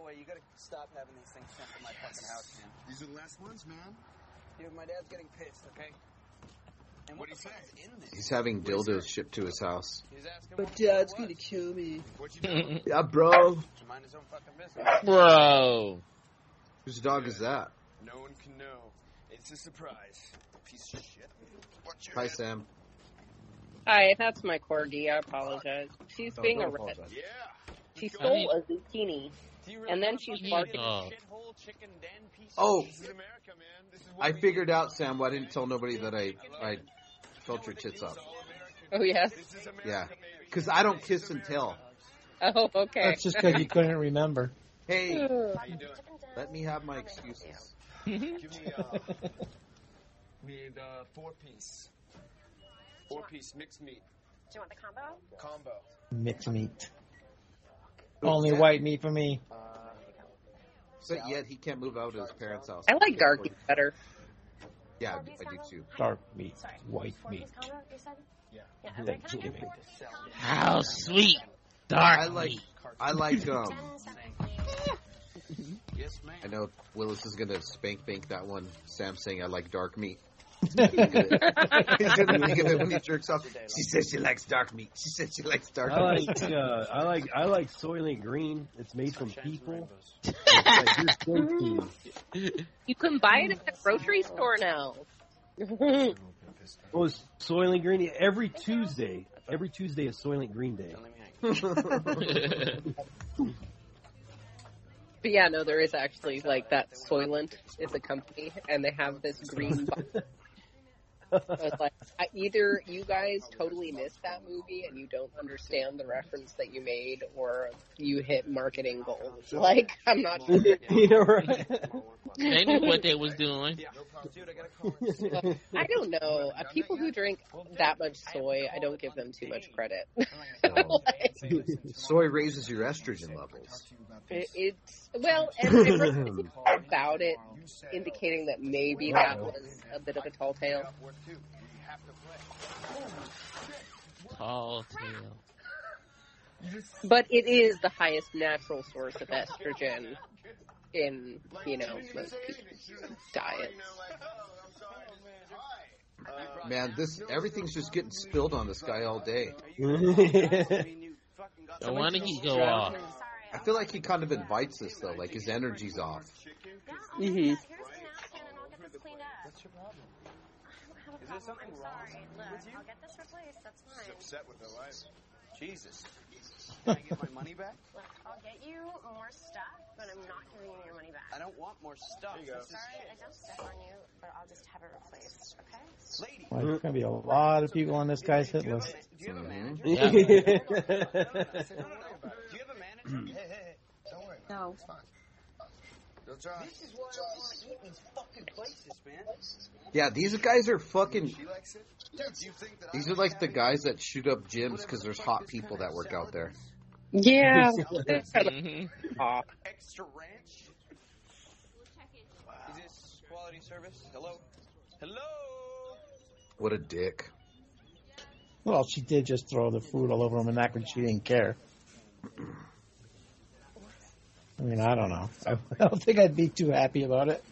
Speaker 15: way, you gotta stop having these things sent to my fucking house, man. These are the last ones, man. Dude, my dad's getting pissed, okay? And what, do you say? In this?
Speaker 8: He's having dildos shipped to his house.
Speaker 15: He's asking
Speaker 11: But dad's gonna kill me.
Speaker 15: what you doing.
Speaker 8: Yeah, bro.
Speaker 15: Mind his own fucking business.
Speaker 13: Bro.
Speaker 8: Whose dog is that?
Speaker 15: No one can know. It's a surprise. Piece of shit. Watch your
Speaker 8: Hi,
Speaker 15: head.
Speaker 8: Sam.
Speaker 10: Hi, that's my corgi. I apologize. She's
Speaker 8: No,
Speaker 10: being
Speaker 8: don't
Speaker 10: a rat.
Speaker 8: apologize.
Speaker 15: Oh, Yeah.
Speaker 10: She
Speaker 13: I mean-
Speaker 10: stole a zucchini.
Speaker 15: Do you
Speaker 10: And then
Speaker 15: want
Speaker 10: she's
Speaker 15: my
Speaker 10: barking.
Speaker 13: Oh.
Speaker 9: Oh.
Speaker 15: fucking shithole chicken den piece of
Speaker 8: Oh.
Speaker 15: shit? This is America, man. This is what
Speaker 8: I
Speaker 15: we
Speaker 8: figured
Speaker 15: do.
Speaker 8: out, Sam, why I didn't tell nobody that I I felt your tits up.
Speaker 10: Oh, yes.
Speaker 15: This is America,
Speaker 8: Yeah,
Speaker 15: baby.
Speaker 8: because I don't kiss and tell.
Speaker 10: Oh, okay.
Speaker 9: That's just because you couldn't remember.
Speaker 8: Hey,
Speaker 15: How you doing?
Speaker 8: let me have my excuses.
Speaker 15: Give me uh, need uh, four piece, four piece mixed meat
Speaker 14: Do you want the combo?
Speaker 15: combo.
Speaker 9: Mixed meat. Only white meat for me.
Speaker 15: Uh,
Speaker 8: But yet he can't move out of his parents' house.
Speaker 10: I like Garky better.
Speaker 8: Yeah, I do I do too.
Speaker 9: Dark meat. White
Speaker 14: Four
Speaker 9: meat.
Speaker 14: piece combo, you said?
Speaker 15: Yeah.
Speaker 14: Yeah, okay.
Speaker 9: Thank
Speaker 14: Can I
Speaker 9: you.
Speaker 14: get four piece combo?
Speaker 13: How sweet. Dark.
Speaker 8: I like I like um.
Speaker 14: Ten separate.
Speaker 15: yes, ma'am.
Speaker 8: I know Willis is gonna spank bank that one. Sam saying I like dark meat. He's gonna think of it- he's gonna think of it when he jerks off. She says she likes dark meat. She says she likes dark
Speaker 16: I
Speaker 8: meat.
Speaker 16: like uh, I like I like Soylent Green. It's made from people.
Speaker 10: You can buy it at
Speaker 9: Mm.
Speaker 10: the grocery store now.
Speaker 16: Oh, it's Soylent Green every Tuesday. Every Tuesday is Soylent Green Day.
Speaker 10: But yeah, no, there is actually like that Soylent is a company, and they have this green. box. So it's like I, either you guys totally missed that movie and you don't understand the reference that you made, or you hit marketing goals. Like I'm not sure.
Speaker 16: yeah, right.
Speaker 13: They knew what they was doing.
Speaker 15: Yeah. No problem, dude. I got a call.
Speaker 10: I don't know. Uh, People who drink that much soy, I don't give them too much credit. Like,
Speaker 8: Soy raises your estrogen levels.
Speaker 10: it- it's well, and I read about it, indicating that maybe that was a bit of a tall tale.
Speaker 13: Tall tale.
Speaker 10: But it is the highest natural source of estrogen in, you know, most people's diets.
Speaker 8: Man, this everything's just getting spilled on this guy all day.
Speaker 13: I want to go off.
Speaker 8: I feel like he kind of invites this though, like his energy's off.
Speaker 13: Mm-hmm.
Speaker 15: What's your problem? Is there something wrong with you? I'll get this replaced. That's fine. She's upset with her life. Jesus. Can I get my money back?
Speaker 6: Look, I'll get you more stuff, but I'm not giving you your money back.
Speaker 15: I don't want more stuff.
Speaker 6: I'm sorry, I don't step on you, but I'll just have it replaced, okay?
Speaker 15: Lady,
Speaker 9: Well, there's going to be a lot of people on this guy's hit list.
Speaker 15: do you have a manager?
Speaker 9: Yeah.
Speaker 15: No, no, no, no. I said, no, no, no. Do you have a manager? hey, hey, hey. Don't worry about
Speaker 6: No.
Speaker 15: it. It's fine. They'll try. This is why I want to eat these fucking places, man.
Speaker 8: Yeah, these guys are fucking.
Speaker 15: She likes it? Dude, do you think that
Speaker 8: These are like the guys that shoot up gyms because there's hot people that work out there.
Speaker 10: Yeah.
Speaker 15: uh,
Speaker 13: Mm-hmm.
Speaker 15: extra ranch? Is this quality service? Hello? Hello?
Speaker 8: What a dick.
Speaker 9: Well, she did just throw the food all over him and that when she didn't care. I mean, I don't know. I don't think I'd be too happy about it.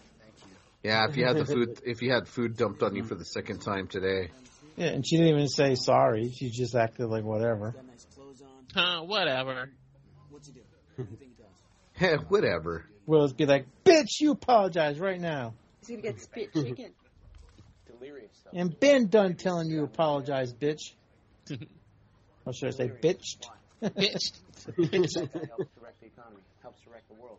Speaker 8: Yeah, if you had the food, if you had food dumped on you for the second time today,
Speaker 9: Yeah, and she didn't even say sorry. She just acted like whatever.
Speaker 13: Huh, whatever.
Speaker 8: heh, eh, whatever.
Speaker 9: Will would be like, bitch, you apologize right now.
Speaker 11: He's gonna get spit chicken.
Speaker 15: Delirious.
Speaker 9: And Ben done telling you apologize, bitch. Or should I say, bitched?
Speaker 13: Bitched.
Speaker 15: helps direct the economy, helps direct the world.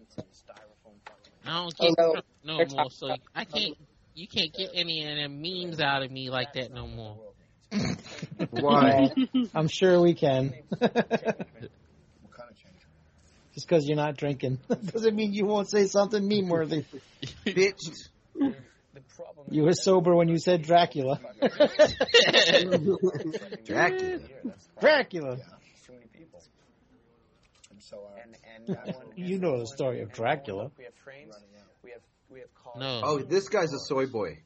Speaker 15: Eats in styrofoam fucking-
Speaker 13: I don't get
Speaker 10: Hello.
Speaker 13: Trump no
Speaker 10: They're
Speaker 13: more,
Speaker 10: talking
Speaker 13: so
Speaker 10: about-
Speaker 13: I can't. You can't get any of them memes out of me like that no more.
Speaker 8: Why?
Speaker 9: I'm sure we can.
Speaker 15: What kind of change?
Speaker 9: just because you're not drinking doesn't mean you won't say something meme worthy.
Speaker 8: Bitched.
Speaker 9: You were sober when you said Dracula.
Speaker 8: Dracula.
Speaker 9: Dracula.
Speaker 15: Too many people. And so uh, and, and
Speaker 9: You know the story of Dracula.
Speaker 15: we have trains, we have we have cars
Speaker 13: No.
Speaker 8: Oh, this guy's a soy boy.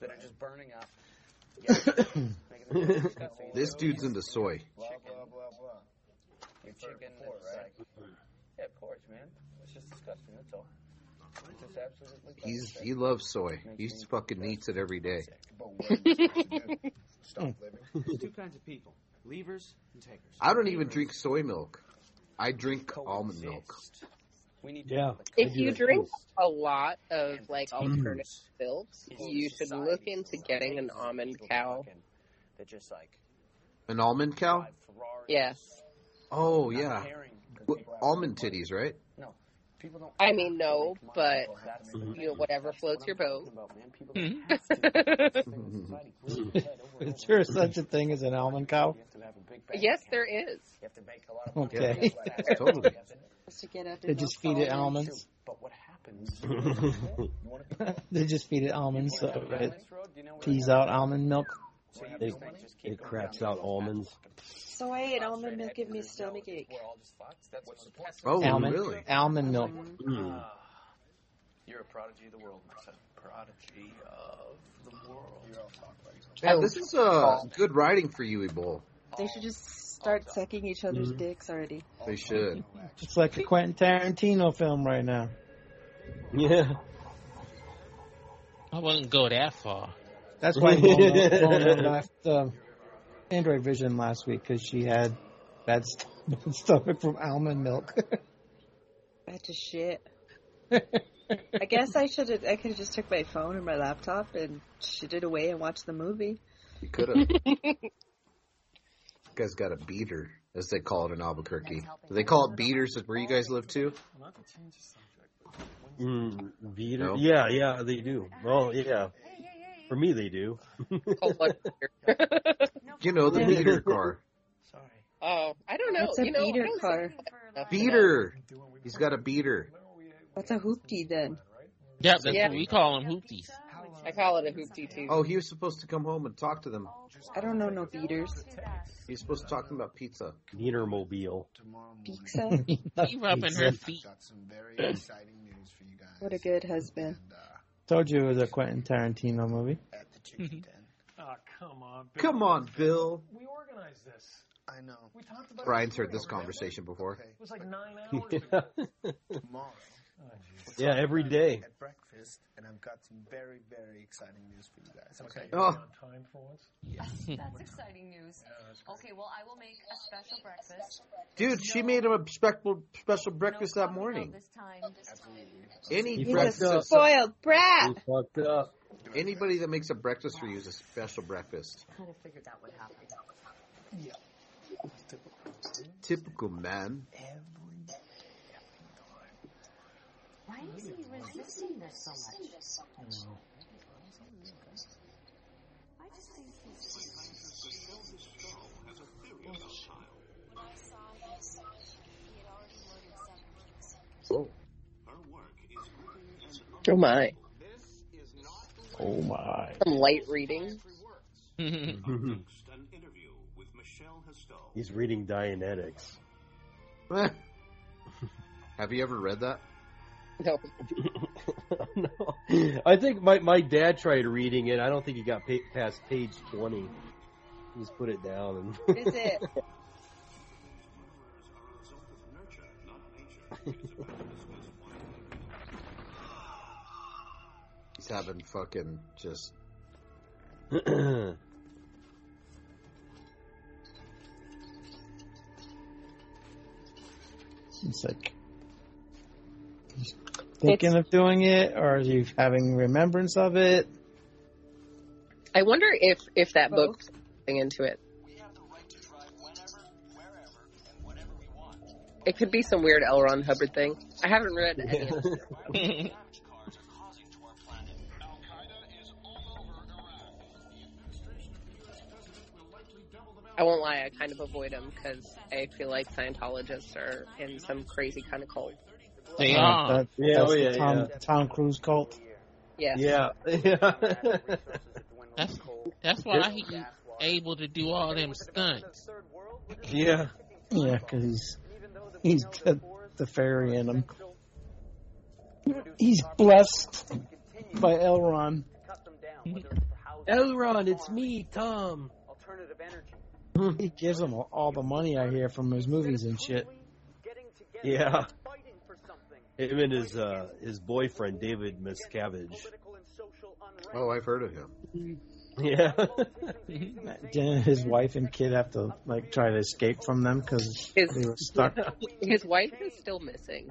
Speaker 15: that are just burning up.
Speaker 8: This dude's into soy.
Speaker 15: Blah blah blah blah. Your chicken that's right? yeah, porridge, man. It's just disgusting. That's all. It's just absolutely.
Speaker 8: He's he loves soy. He fucking eats it every day.
Speaker 15: Stop living. There's two kinds of people: leavers and takers.
Speaker 8: I don't even drink soy milk. I drink almond milk.
Speaker 15: We need
Speaker 16: Yeah.
Speaker 10: If you drink a lot of like alternative milks, you should look into getting an almond cow.
Speaker 15: that just like
Speaker 8: An almond cow?
Speaker 15: Ferrari.
Speaker 10: Yes.
Speaker 8: Oh yeah. W- Almond titties, right?
Speaker 15: No, people don't.
Speaker 10: I mean, no, but
Speaker 15: That's
Speaker 10: you know, whatever floats your boat.
Speaker 15: about man. People
Speaker 13: Mhm.
Speaker 15: have to.
Speaker 8: Mm-hmm.
Speaker 9: Is there such a thing as an almond cow?
Speaker 10: Yes, there is.
Speaker 15: You have to make a lot of money.
Speaker 9: Okay.
Speaker 8: Totally.
Speaker 11: Just to get up
Speaker 9: They
Speaker 11: and
Speaker 9: just feed it almonds.
Speaker 15: But what happens? You want to
Speaker 9: They just feed it almonds, so it pees out almond milk.
Speaker 16: It, it craps out almonds.
Speaker 11: So I ate almond milk, give me stomach ache.
Speaker 8: Oh
Speaker 9: almond,
Speaker 8: really? Mm.
Speaker 9: almond milk.
Speaker 11: Mm.
Speaker 15: Ah, You're a prodigy of the world, my son. Prodigy of the world. You're all talk like
Speaker 8: Yeah, this is uh, good writing for you,
Speaker 15: oh,
Speaker 8: Ebol.
Speaker 11: They should just start sucking each other's dicks already.
Speaker 8: They should.
Speaker 9: It's like a Quentin Tarantino film right now.
Speaker 16: Yeah.
Speaker 13: I wouldn't go that far.
Speaker 9: That's why Mona, Mona left um, Android Vision last week because she had bad, st- bad stomach from almond milk.
Speaker 11: That's a shit. I guess I should have. I could have just took my phone and my laptop and shitted away and watched the movie.
Speaker 8: You could have. you guys got a beater, as they call it in Albuquerque. Do they call it beaters where you guys live too?
Speaker 16: Mm, beater.
Speaker 8: No?
Speaker 16: Yeah, yeah, they do. Well, yeah. For me, they do.
Speaker 10: Cold blood
Speaker 8: You know, the beater car.
Speaker 10: Oh, I don't know.
Speaker 11: What's a
Speaker 10: you know, I
Speaker 11: beater
Speaker 10: don't
Speaker 11: car?
Speaker 10: think about that.
Speaker 8: Beater! He's got a beater.
Speaker 11: What's a hoopty then?
Speaker 13: Yep, that's
Speaker 10: Yeah.
Speaker 13: what we call them hoopties.
Speaker 10: I call it a hoopty too.
Speaker 8: Oh, he was supposed to come home and talk to them.
Speaker 11: I don't know no beaters.
Speaker 8: He's supposed to talk to them about pizza.
Speaker 16: Beater mobile.
Speaker 11: Pizza.
Speaker 13: He rubbing her feet.
Speaker 15: Got some very exciting news for you guys.
Speaker 11: What a good husband.
Speaker 9: Told you it was a Quentin Tarantino movie.
Speaker 15: At the chicken den.
Speaker 17: Oh, come on. Bill.
Speaker 8: Come on, Bill.
Speaker 17: We organized this.
Speaker 15: I know.
Speaker 17: We talked about it
Speaker 8: Brian's
Speaker 17: before,
Speaker 8: heard this
Speaker 17: remember?
Speaker 8: conversation before.
Speaker 17: It was like nine hours ago.
Speaker 16: Yeah.
Speaker 15: Tomorrow,
Speaker 12: Yeah, every day.
Speaker 15: At breakfast, and I've got some very, very exciting news for you guys. Okay.
Speaker 17: Okay, you're
Speaker 8: Oh,
Speaker 17: on time for once.
Speaker 14: That's exciting news. Okay, well, I will make a special breakfast.
Speaker 8: Dude, she made him a special special breakfast that morning.
Speaker 14: This time.
Speaker 8: Any
Speaker 12: He
Speaker 8: breakfast,
Speaker 12: fucked up.
Speaker 11: Spoiled brat.
Speaker 12: fucked up.
Speaker 8: Anybody that makes a breakfast for you is a special breakfast.
Speaker 14: Kind of figured that would happen.
Speaker 15: Yeah.
Speaker 8: Typical man.
Speaker 14: Why is he resisting this so much? I just think
Speaker 6: When I saw this, he had already murdered seven people.
Speaker 8: Oh.
Speaker 10: Oh my.
Speaker 9: Oh my.
Speaker 10: Some light reading.
Speaker 16: He's reading Dianetics.
Speaker 8: Have you ever read that?
Speaker 10: No.
Speaker 16: no. I think my, my dad tried reading it. I don't think he got pa- past page 20. He just put it down. And
Speaker 11: Is it?
Speaker 8: He's having fucking just.
Speaker 9: It's like he's thinking of doing it, or is he having remembrance of it?
Speaker 10: I wonder if if that book something into it. It could be some weird L. Ron Hubbard thing. I haven't read any. of it. I won't lie, I kind of avoid them because I feel like Scientologists are in some crazy kind of cult.
Speaker 13: They
Speaker 9: Uh,
Speaker 13: are.
Speaker 9: that-
Speaker 16: Yeah,
Speaker 9: that's
Speaker 16: oh,
Speaker 9: the
Speaker 16: yeah,
Speaker 9: Tom,
Speaker 16: yeah.
Speaker 9: Tom Cruise cult.
Speaker 10: Yes.
Speaker 16: yeah.
Speaker 13: That's that's why he able to do all them stunts.
Speaker 16: yeah.
Speaker 9: Yeah, because he's he's got the fairy in him. He's blessed by Elrond.
Speaker 16: Elrond, it's me,
Speaker 9: Um,
Speaker 16: Tom.
Speaker 9: He gives him all the money I hear from his movies and shit.
Speaker 16: Yeah. Him and his uh, his boyfriend David Miscavige.
Speaker 8: Oh, I've heard of him.
Speaker 16: Yeah.
Speaker 10: Oh.
Speaker 9: Then his wife and kid have to like try to escape from them because they
Speaker 10: His-
Speaker 9: were stuck.
Speaker 10: His wife is still missing.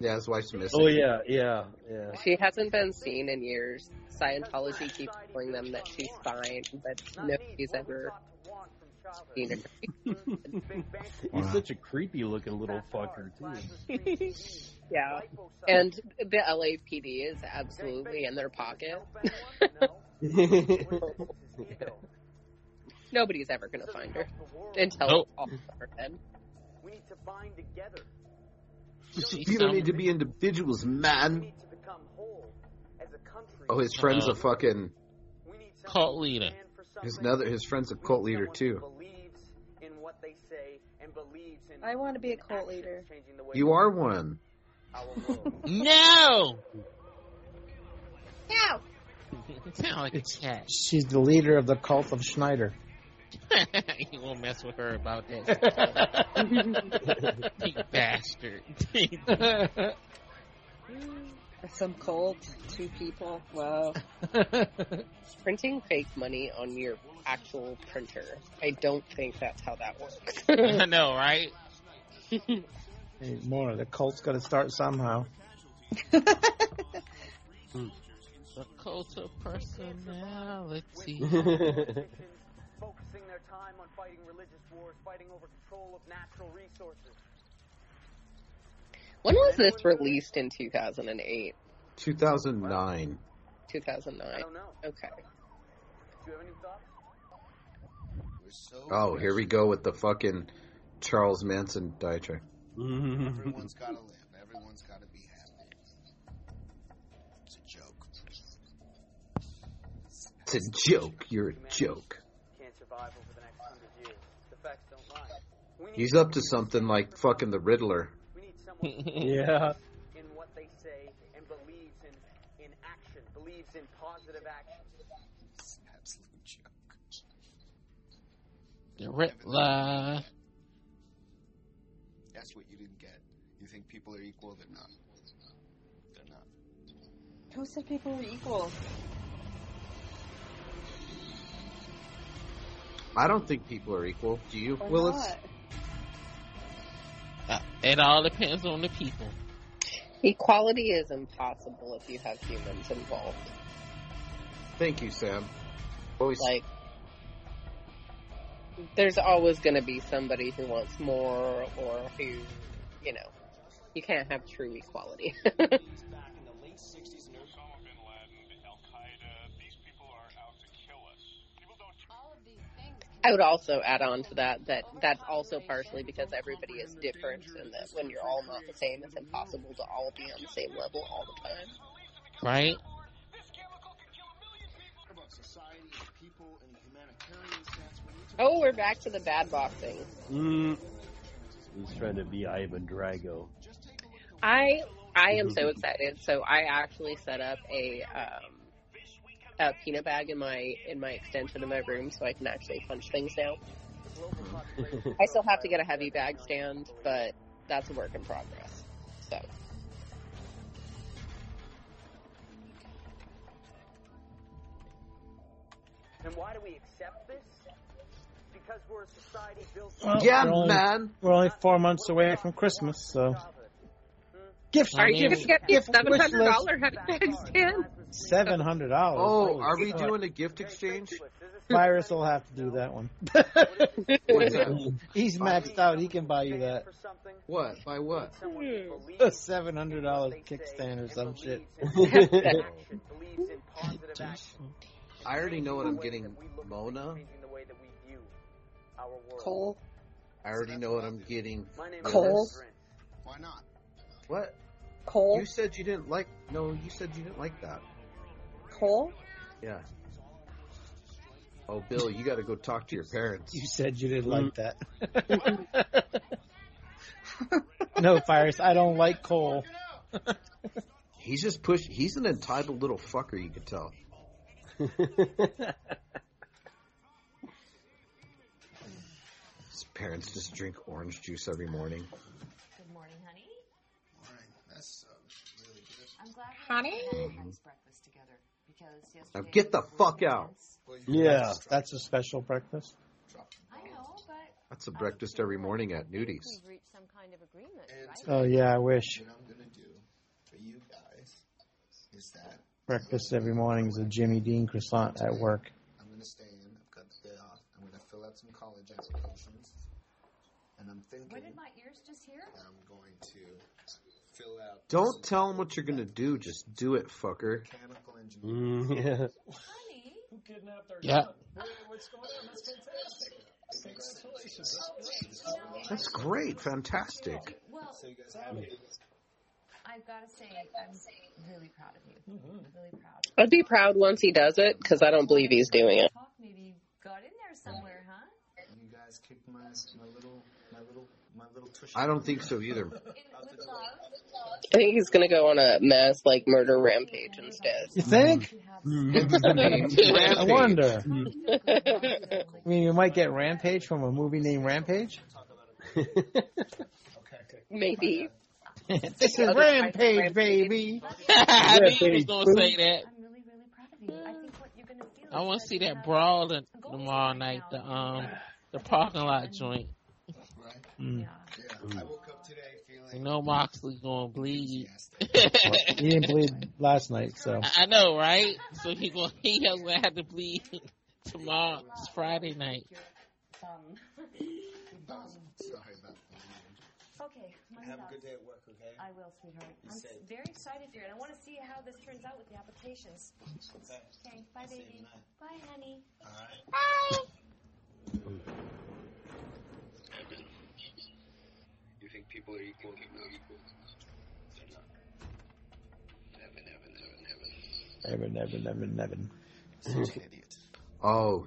Speaker 8: Yeah, his wife's missing.
Speaker 16: oh yeah, yeah, yeah.
Speaker 10: She hasn't been seen in years. Scientology keeps telling them that she's fine, but nobody's ever seen her.
Speaker 16: He's such a creepy looking little fucker too.
Speaker 10: Yeah. And the LAPD is absolutely in their pocket. Nobody's ever going to find her until
Speaker 13: Nope.
Speaker 10: it's all over then.
Speaker 8: You don't need to be individuals, man. Oh, his friend's a fucking.
Speaker 13: Cult leader.
Speaker 8: His another. His friend's a cult leader too.
Speaker 11: I want to be a cult leader.
Speaker 8: You are one.
Speaker 13: No.
Speaker 11: No.
Speaker 13: It sound like a cat.
Speaker 9: She's the leader of the cult of Schneider.
Speaker 13: you won't mess with her about that. you bastard.
Speaker 11: Some cult, two people. Wow.
Speaker 10: Printing fake money on your actual printer. I don't think that's how that works.
Speaker 13: I know, right?
Speaker 9: Hey, more, the cult's got to start somehow.
Speaker 13: The cult of personality.
Speaker 18: focusing their time on fighting religious wars, fighting over control of natural resources.
Speaker 10: When was this released in 2008?
Speaker 8: 2009.
Speaker 10: 2009? Okay.
Speaker 18: Do you have any thoughts?
Speaker 8: Oh, here we go with the fucking Charles Manson diatribe.
Speaker 9: Mm-hmm.
Speaker 15: Everyone's got to live. Everyone's got to be happy. It's a joke.
Speaker 8: It's a joke. You're a joke.
Speaker 18: Can't survive over the next hundred years. The facts don't lie. We need,
Speaker 8: He's up to something like fucking the Riddler.
Speaker 18: we need someone who
Speaker 16: yeah.
Speaker 18: believes in what they say and believes in, in action, believes in positive action.
Speaker 15: It's an absolute joke.
Speaker 13: The Riddler.
Speaker 15: That's what you didn't get. You think people are equal? They're not.
Speaker 11: Who said people were equal?
Speaker 8: I don't think people are equal. Do you,
Speaker 11: Why
Speaker 8: Willis?
Speaker 11: not?
Speaker 13: Uh, It all depends on the people.
Speaker 10: Equality is impossible if you have humans involved.
Speaker 8: Thank you, Sam. Always
Speaker 10: Like, there's always going to be somebody who wants more or who, you know, you can't have true equality. I would also add on to that that that's also partially because everybody is different and that when you're all not the same, it's impossible to all be on the same level all the time.
Speaker 13: Right?
Speaker 10: Oh, we're back to the bad boxing.
Speaker 12: Mm. He's trying to be Ivan Drago.
Speaker 10: I I am so excited. So I actually set up a um, a peanut bag in my in my extension of my room so I can actually punch things now. I still have to get a heavy bag stand, but that's a work in progress. So
Speaker 18: And why do we accept this? Because we're a society built.
Speaker 9: we're only, We're only four months away from Christmas, so. Gift,
Speaker 10: are you
Speaker 9: gift,
Speaker 10: just gonna get
Speaker 9: gift
Speaker 10: seven
Speaker 9: wish
Speaker 10: hundred
Speaker 9: list,
Speaker 10: dollar heavy bag stand?
Speaker 9: Seven hundred dollars.
Speaker 8: Oh, are we doing a gift exchange?
Speaker 9: Virus will have to do that one.
Speaker 8: What's that?
Speaker 9: He's maxed out. He can buy you that
Speaker 8: What? By what?
Speaker 10: Hmm.
Speaker 9: a seven hundred dollar kickstand or some shit.
Speaker 8: I already know what I'm getting, Mona.
Speaker 11: Coal.
Speaker 8: I already know what I'm getting.
Speaker 11: Coal.
Speaker 15: Why not?
Speaker 8: What?
Speaker 11: Coal.
Speaker 8: You said you didn't like. No, you said you didn't like that.
Speaker 11: Coal.
Speaker 8: Yeah. Oh, Bill, you got to go talk to your parents.
Speaker 9: You said you didn't
Speaker 15: Mm,
Speaker 9: like that. no, Virus, I don't like coal.
Speaker 8: He's just push. He's an entitled little fucker. You could tell. His parents just drink orange juice every morning.
Speaker 14: Good morning, honey.
Speaker 15: Alright, that's uh, really good.
Speaker 14: I'm glad we
Speaker 10: Honey?
Speaker 14: had breakfast together because
Speaker 8: Now
Speaker 14: yesterday
Speaker 8: get the
Speaker 14: was
Speaker 8: fuck out.
Speaker 15: Well, you
Speaker 9: Yeah, that's a special breakfast.
Speaker 14: I know, but
Speaker 8: That's a breakfast every morning at Nudie's.
Speaker 14: we've reached some kind of agreement, right?
Speaker 9: Oh yeah, I wish
Speaker 15: What I'm gonna do for you guys is that
Speaker 9: breakfast every morning is a Jimmy Dean croissant at work.
Speaker 15: I'm gonna stay in. I've got the day off. I'm gonna fill out some college applications, and I'm
Speaker 14: What
Speaker 15: thinking
Speaker 14: did my ears just hear?
Speaker 15: that I'm going to fill out
Speaker 8: Don't tell him what you're gonna do. Just do it, fucker.
Speaker 15: mechanical engineering.
Speaker 16: Mm, yeah.
Speaker 14: Honey?
Speaker 13: Yeah.
Speaker 14: Oh,
Speaker 8: That's great. Fantastic.
Speaker 14: Well, I've got to say, I'm really proud of you. Really proud.
Speaker 10: I'd be proud once he does it because I don't believe he's doing it.
Speaker 14: Talk maybe got in there somewhere, huh?
Speaker 15: You guys kicked my my little my little my little tushy.
Speaker 8: I don't think so either.
Speaker 14: In, with love.
Speaker 10: I think he's gonna go on a mass like murder rampage instead.
Speaker 9: You think?
Speaker 14: You have
Speaker 13: Mm.
Speaker 9: I
Speaker 8: Rampage.
Speaker 9: wonder.
Speaker 10: I
Speaker 9: I mean, you might get Rampage from a movie named Rampage.
Speaker 10: Maybe.
Speaker 9: This is Rampage, baby.
Speaker 13: I knew you was gonna say that.
Speaker 14: I'm really, really proud of you. I think what you're gonna feel.
Speaker 13: I want to see that brawl t- tomorrow night. The um, the parking lot joint.
Speaker 15: Right?
Speaker 14: Yeah.
Speaker 15: Yeah. I woke up today
Speaker 13: You
Speaker 15: feeling.
Speaker 13: know Moxley gonna bleed.
Speaker 9: He didn't bleed last night, so
Speaker 13: I I know, right? So he gonna he gonna have to bleed tomorrow. It's Friday night.
Speaker 14: Bum. Bum.
Speaker 15: Sorry about that.
Speaker 14: Okay, my
Speaker 15: Have a
Speaker 14: love.
Speaker 15: good day at work, okay?
Speaker 14: I will, sweetheart.
Speaker 15: Be
Speaker 14: I'm s-
Speaker 15: safe.
Speaker 14: very excited for you, and I want to see how this turns out with the applications. Okay, bye,
Speaker 15: See you
Speaker 14: baby.
Speaker 15: tonight.
Speaker 14: Bye, honey.
Speaker 15: All right.
Speaker 4: You think people are equal? No, equal. They're not. Never, never, never, never.
Speaker 9: never, never, never, never.
Speaker 15: Such an idiot.
Speaker 8: Oh,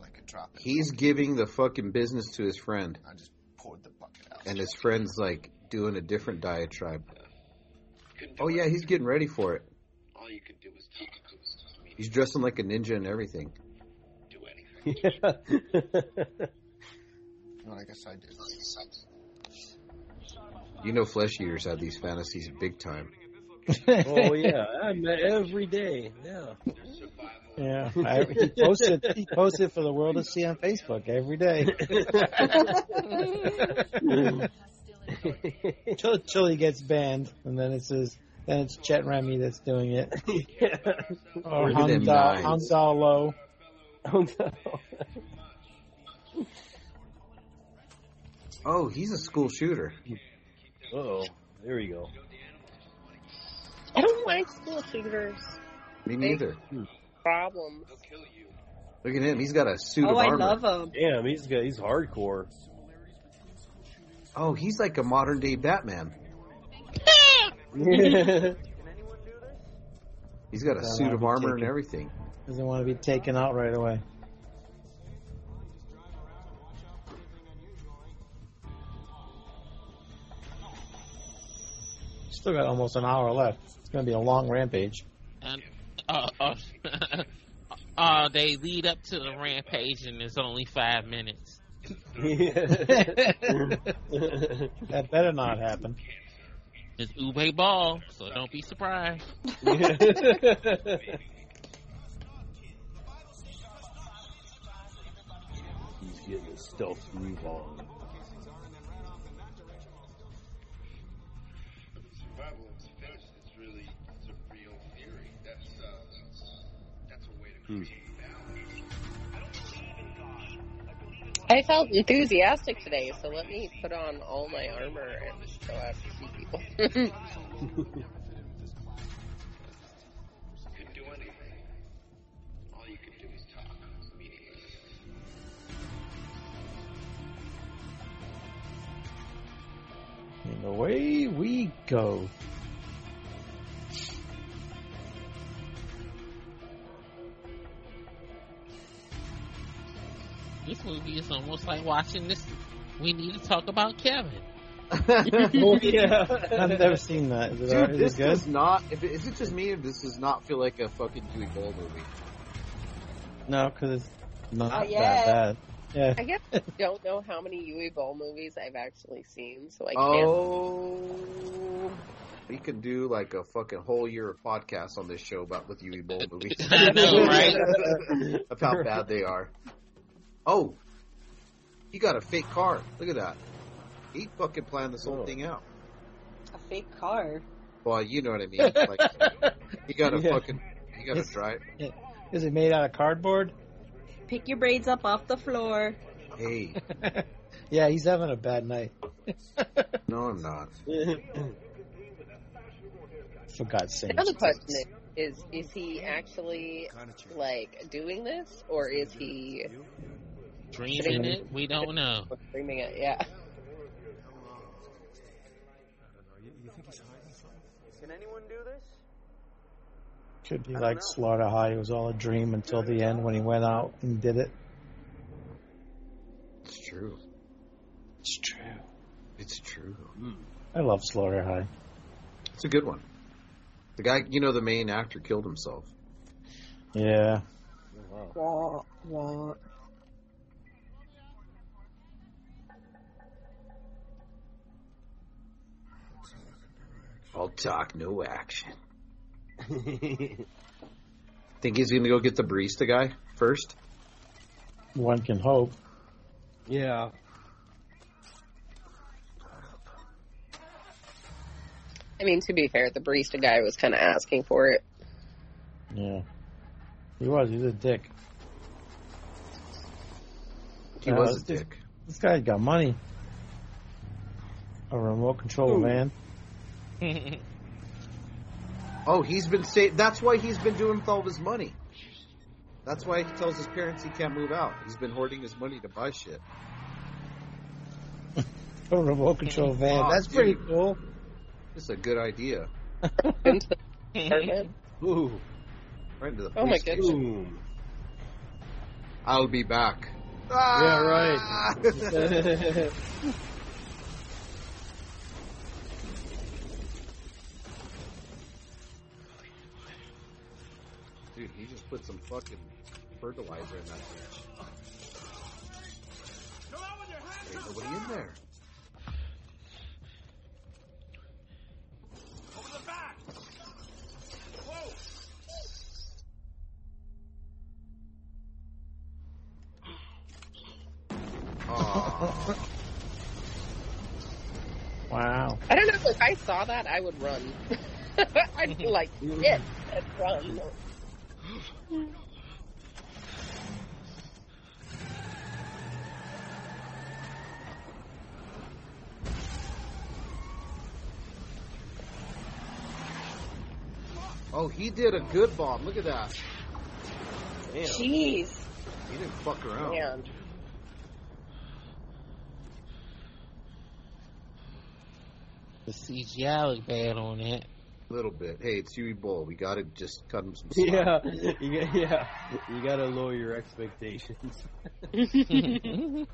Speaker 15: Like a drop. in
Speaker 8: he's
Speaker 15: the bucket.
Speaker 8: giving the fucking business to his friend,
Speaker 15: I just poured the bucket out.
Speaker 8: and his friend's like doing a different diatribe.
Speaker 4: Couldn't do
Speaker 8: Oh
Speaker 4: it.
Speaker 8: yeah, he's getting ready for it.
Speaker 4: All you could do was talk. It was I mean,
Speaker 8: He's dressing like a ninja and everything.
Speaker 4: do anything.
Speaker 15: Well, I guess I did.
Speaker 8: You know, flesh eaters have these fantasies big time.
Speaker 16: oh yeah, I met every day. Yeah.
Speaker 9: Yeah, I, he posted he posted for the world to see on Facebook every day. till, till he gets banned, and then it says then it's Chet Remy that's doing it. Or Oh,
Speaker 16: Look at them
Speaker 9: Hamza,
Speaker 16: nines.
Speaker 9: Hamza Low.
Speaker 8: Oh, he's a school shooter.
Speaker 16: Oh, there we go.
Speaker 10: I don't like school shooters.
Speaker 8: Me neither.
Speaker 10: Problem.
Speaker 8: Look at him. He's got a suit
Speaker 10: Oh,
Speaker 8: of
Speaker 10: I
Speaker 8: armor.
Speaker 10: love him.
Speaker 16: Damn, he's got, he's hardcore.
Speaker 8: Oh, he's like a modern day Batman. He's got a
Speaker 9: Doesn't
Speaker 8: suit
Speaker 9: wanna
Speaker 8: of
Speaker 9: be
Speaker 8: armor and
Speaker 9: taken-
Speaker 8: everything.
Speaker 9: Doesn't want to be taken out right away. Still got almost an hour left. It's going to be a long rampage.
Speaker 13: And, uh, uh, uh, they lead up to the rampage and it's only five minutes.
Speaker 9: that better not happen.
Speaker 13: It's Ube Ball, so don't be surprised.
Speaker 16: He's getting a stealth move on.
Speaker 4: Survival of the fittest is really it's a real theory. That's uh, that's a way to
Speaker 16: Hmm.
Speaker 10: I felt enthusiastic today, so let me put on all my armor and go out to see people.
Speaker 4: you could do anything. All you could do is talk. Meaningless.
Speaker 9: And away we go.
Speaker 13: This movie is almost like watching this. We need to talk about Kevin.
Speaker 9: I've never seen that. Is it,
Speaker 8: Dude,
Speaker 9: is
Speaker 8: this
Speaker 9: it good?
Speaker 8: does not. If it, is it just me? Or this does not feel like a fucking Dewey Bowl movie.
Speaker 9: No, because it's not
Speaker 10: Not yet.
Speaker 9: that bad.
Speaker 10: I guess I don't know how many Yui Ball movies I've actually seen, so I can't.
Speaker 8: Oh, we could do like a fucking whole year of podcasts on this show about with Dewey Bowl movies.
Speaker 13: I know, right?
Speaker 8: Of how bad they are. Oh, he got a fake car. Look at that. He fucking planned this whole thing out.
Speaker 11: A fake car.
Speaker 8: Well, you know what I mean. Like, he got a
Speaker 9: Yeah.
Speaker 8: fucking. He got a
Speaker 9: Yes.
Speaker 8: drive.
Speaker 9: Yeah. Is it made out of cardboard?
Speaker 11: Pick your braids up off the floor.
Speaker 8: Hey,
Speaker 9: Yeah, he's having a bad night.
Speaker 8: no, I'm not.
Speaker 9: For God's sake.
Speaker 10: Another question is: Is is he actually like doing this, or is he
Speaker 13: Dreaming it, we don't know.
Speaker 10: streaming it? Yeah.
Speaker 18: Can anyone do this?
Speaker 9: Could be like Slaughter High. It was all a dream until the end when he went out and did it.
Speaker 8: It's true.
Speaker 9: It's true.
Speaker 8: It's true.
Speaker 9: I love Slaughter High.
Speaker 8: It's a good one. The guy, you know, the main actor killed himself.
Speaker 9: Yeah.
Speaker 11: Wah, wah.
Speaker 8: All talk, no action. Think he's gonna go get the barista guy first?
Speaker 9: One can hope.
Speaker 16: yeah.
Speaker 10: I mean, to be fair, the barista guy was kind of asking for it.
Speaker 9: Yeah. He was. He's a dick.
Speaker 8: He
Speaker 9: Uh,
Speaker 8: was a
Speaker 9: this-
Speaker 8: dick.
Speaker 9: This guy got money. A remote control
Speaker 8: Ooh.
Speaker 9: van.
Speaker 8: Oh, he's been sa- That's why he's been doing with all of his money. That's why he tells his parents he can't move out. He's been hoarding his money to buy shit.
Speaker 9: A remote control van.
Speaker 8: Aw,
Speaker 9: That's
Speaker 8: dude.
Speaker 9: pretty cool.
Speaker 8: It's a good idea.
Speaker 10: Into the apartment.
Speaker 16: Ooh.
Speaker 8: Right into the
Speaker 10: Oh my
Speaker 8: police
Speaker 10: goodness.
Speaker 8: station.
Speaker 16: Boom.
Speaker 8: I'll be back.
Speaker 16: Yeah, right.
Speaker 8: Ah! Dude, he just put some fucking fertilizer in that bitch. There ain't nobody in there.
Speaker 9: Wow.
Speaker 10: I don't know if I saw that, I would run. I'd be like, yes, and run.
Speaker 8: Oh, he did a good bomb. Look at that. Damn.
Speaker 10: Jeez.
Speaker 8: He didn't fuck around.
Speaker 10: Man.
Speaker 13: The CGI look bad on that.
Speaker 8: A little bit. Hey, it's Huey Bull. We gotta just cut him some slack.
Speaker 16: Yeah, you, got- yeah. You gotta lower your expectations.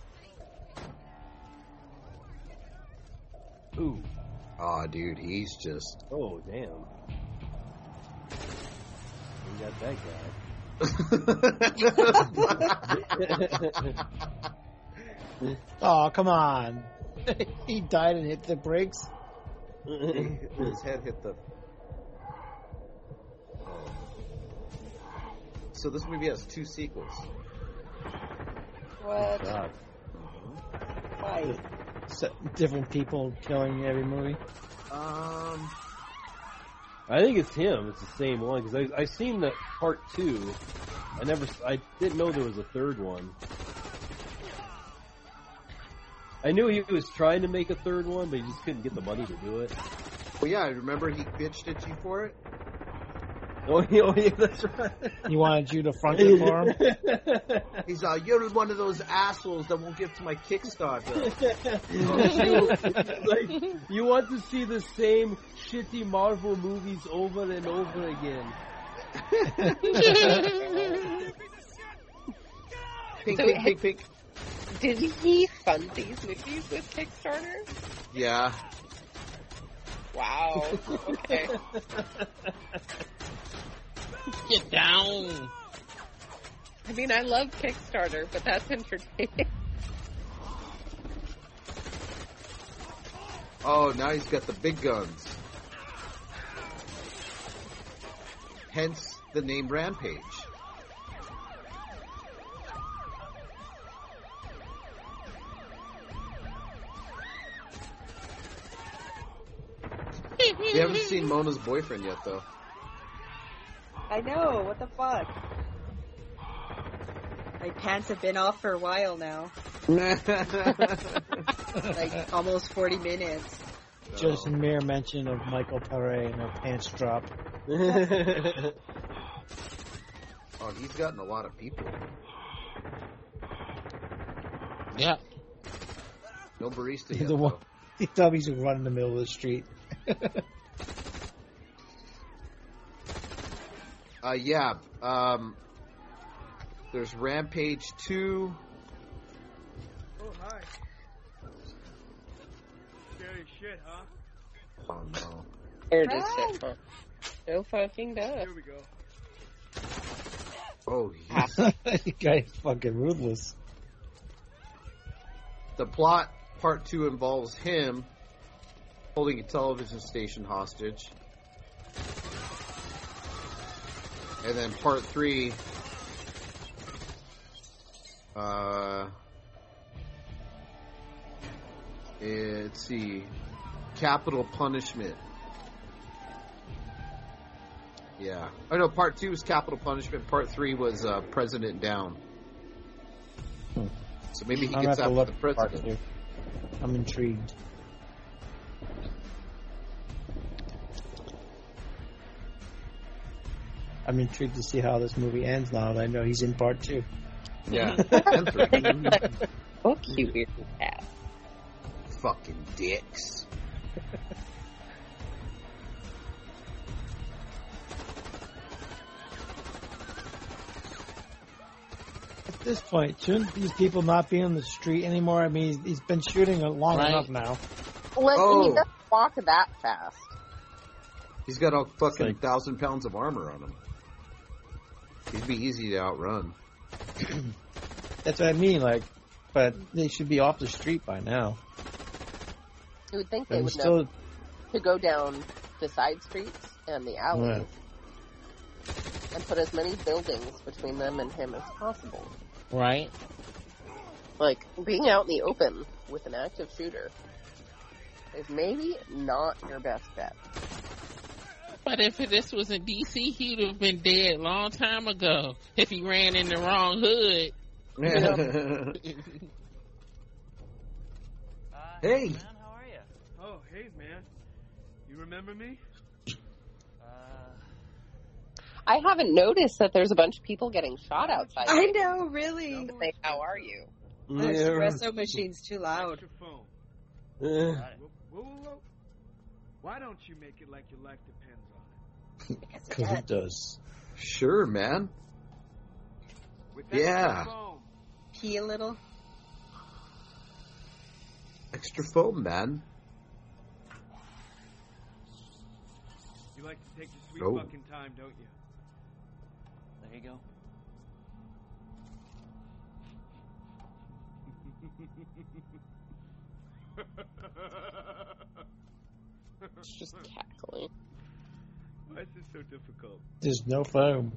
Speaker 8: Ooh. Aw, dude, he's just.
Speaker 16: oh damn! We got that guy.
Speaker 9: Oh, come on. he died and hit the brakes.
Speaker 8: His head hit the. Oh. So this movie has two sequels.
Speaker 10: What?
Speaker 16: God.
Speaker 10: Why?
Speaker 9: So, different people killing every movie.
Speaker 8: Um,
Speaker 16: I think it's him. It's the same one because I I seen the part two. I never s- I didn't know there was a third one. I knew he was trying to make a third one, but he just couldn't get the money to do it.
Speaker 8: well, yeah, remember he bitched at you for it?
Speaker 16: Oh, yeah, oh, yeah that's right.
Speaker 9: He wanted you to front it for him.
Speaker 8: He's like, you're one of those assholes that won't give to my Kickstarter. Oh, shoot.
Speaker 16: like, you want to see the same shitty Marvel movies over and over again.
Speaker 8: pink,
Speaker 10: So
Speaker 8: pink,
Speaker 10: it
Speaker 8: pink,
Speaker 10: had-
Speaker 8: pink.
Speaker 10: Did he fund these movies with Kickstarter?
Speaker 8: Yeah.
Speaker 10: Wow. Okay.
Speaker 13: Get down.
Speaker 10: I mean, I love Kickstarter, but that's entertaining.
Speaker 8: Oh, now he's got the big guns. Hence the name Rampage. You haven't seen Mona's boyfriend yet, though.
Speaker 11: I know. What the fuck? My pants have been off for a while now. Like almost 40 minutes.
Speaker 9: Just mere mention of Michael Pare and her pants drop.
Speaker 16: oh,
Speaker 8: oh, he's gotten a lot of people.
Speaker 13: Yeah.
Speaker 8: No barista yet.
Speaker 9: the one,
Speaker 8: though.
Speaker 9: the dummies who run in the middle of the street.
Speaker 8: Uh, yeah. Um, there's Rampage 2.
Speaker 18: Oh, hi. Scary as shit, huh?
Speaker 8: Oh, no.
Speaker 10: There it is. shit, huh? No fucking duh.
Speaker 18: Here we go.
Speaker 8: Oh, he's
Speaker 9: you guys fucking ruthless.
Speaker 8: The plot part two involves him holding a television station hostage. And then part three uh eh, let's see capital punishment. Yeah. Oh no, part two was capital punishment, part three was uh, President Down. So maybe he
Speaker 9: I'm gonna
Speaker 8: gets
Speaker 9: have to
Speaker 8: after
Speaker 9: look
Speaker 8: the
Speaker 9: for part
Speaker 8: president.
Speaker 9: two. I'm intrigued. I'm intrigued to see how this movie ends now that I know he's in part two.
Speaker 8: Yeah. And three.
Speaker 10: Fuck you, weird ass.
Speaker 8: Fucking dicks.
Speaker 9: At this point, shouldn't these people not be in the street anymore? I mean, he's- he's been shooting it long
Speaker 13: Right.
Speaker 9: enough now.
Speaker 10: Listen,
Speaker 8: Oh.
Speaker 10: he doesn't walk that fast.
Speaker 8: He's got all fucking
Speaker 16: like-
Speaker 8: thousand pounds of armor on him. He'd be easy to outrun.
Speaker 9: That's what I mean. Like, but they should be off the street by now.
Speaker 10: You would think they
Speaker 9: And
Speaker 10: would know
Speaker 9: still,
Speaker 10: to go down the side streets and the alleys and put as many buildings between them and him as possible.
Speaker 13: Right.
Speaker 10: Like being out in the open with an active shooter is maybe not your best bet.
Speaker 13: But if this was in D.C., he'd have been dead long time ago if he ran in the wrong hood. you know?
Speaker 8: Hey.
Speaker 9: Man, how are you? Oh, hey, man. You remember me?
Speaker 10: I haven't noticed that there's a bunch of people getting shot outside.
Speaker 11: I know, really.
Speaker 10: Say, how are you?
Speaker 11: The espresso machine's too loud.
Speaker 9: Whoa, whoa, whoa. Why don't you make it like your life depends on it?
Speaker 19: Because it does.
Speaker 8: Sure, man.
Speaker 9: With that
Speaker 8: Yeah,
Speaker 9: phone.
Speaker 11: Pee a little.
Speaker 8: extra foam, man.
Speaker 9: You like to take your sweet
Speaker 8: Oh.
Speaker 9: fucking time, don't you? There you go.
Speaker 10: It's just cackling.
Speaker 9: Why is this so difficult?
Speaker 19: There's no foam.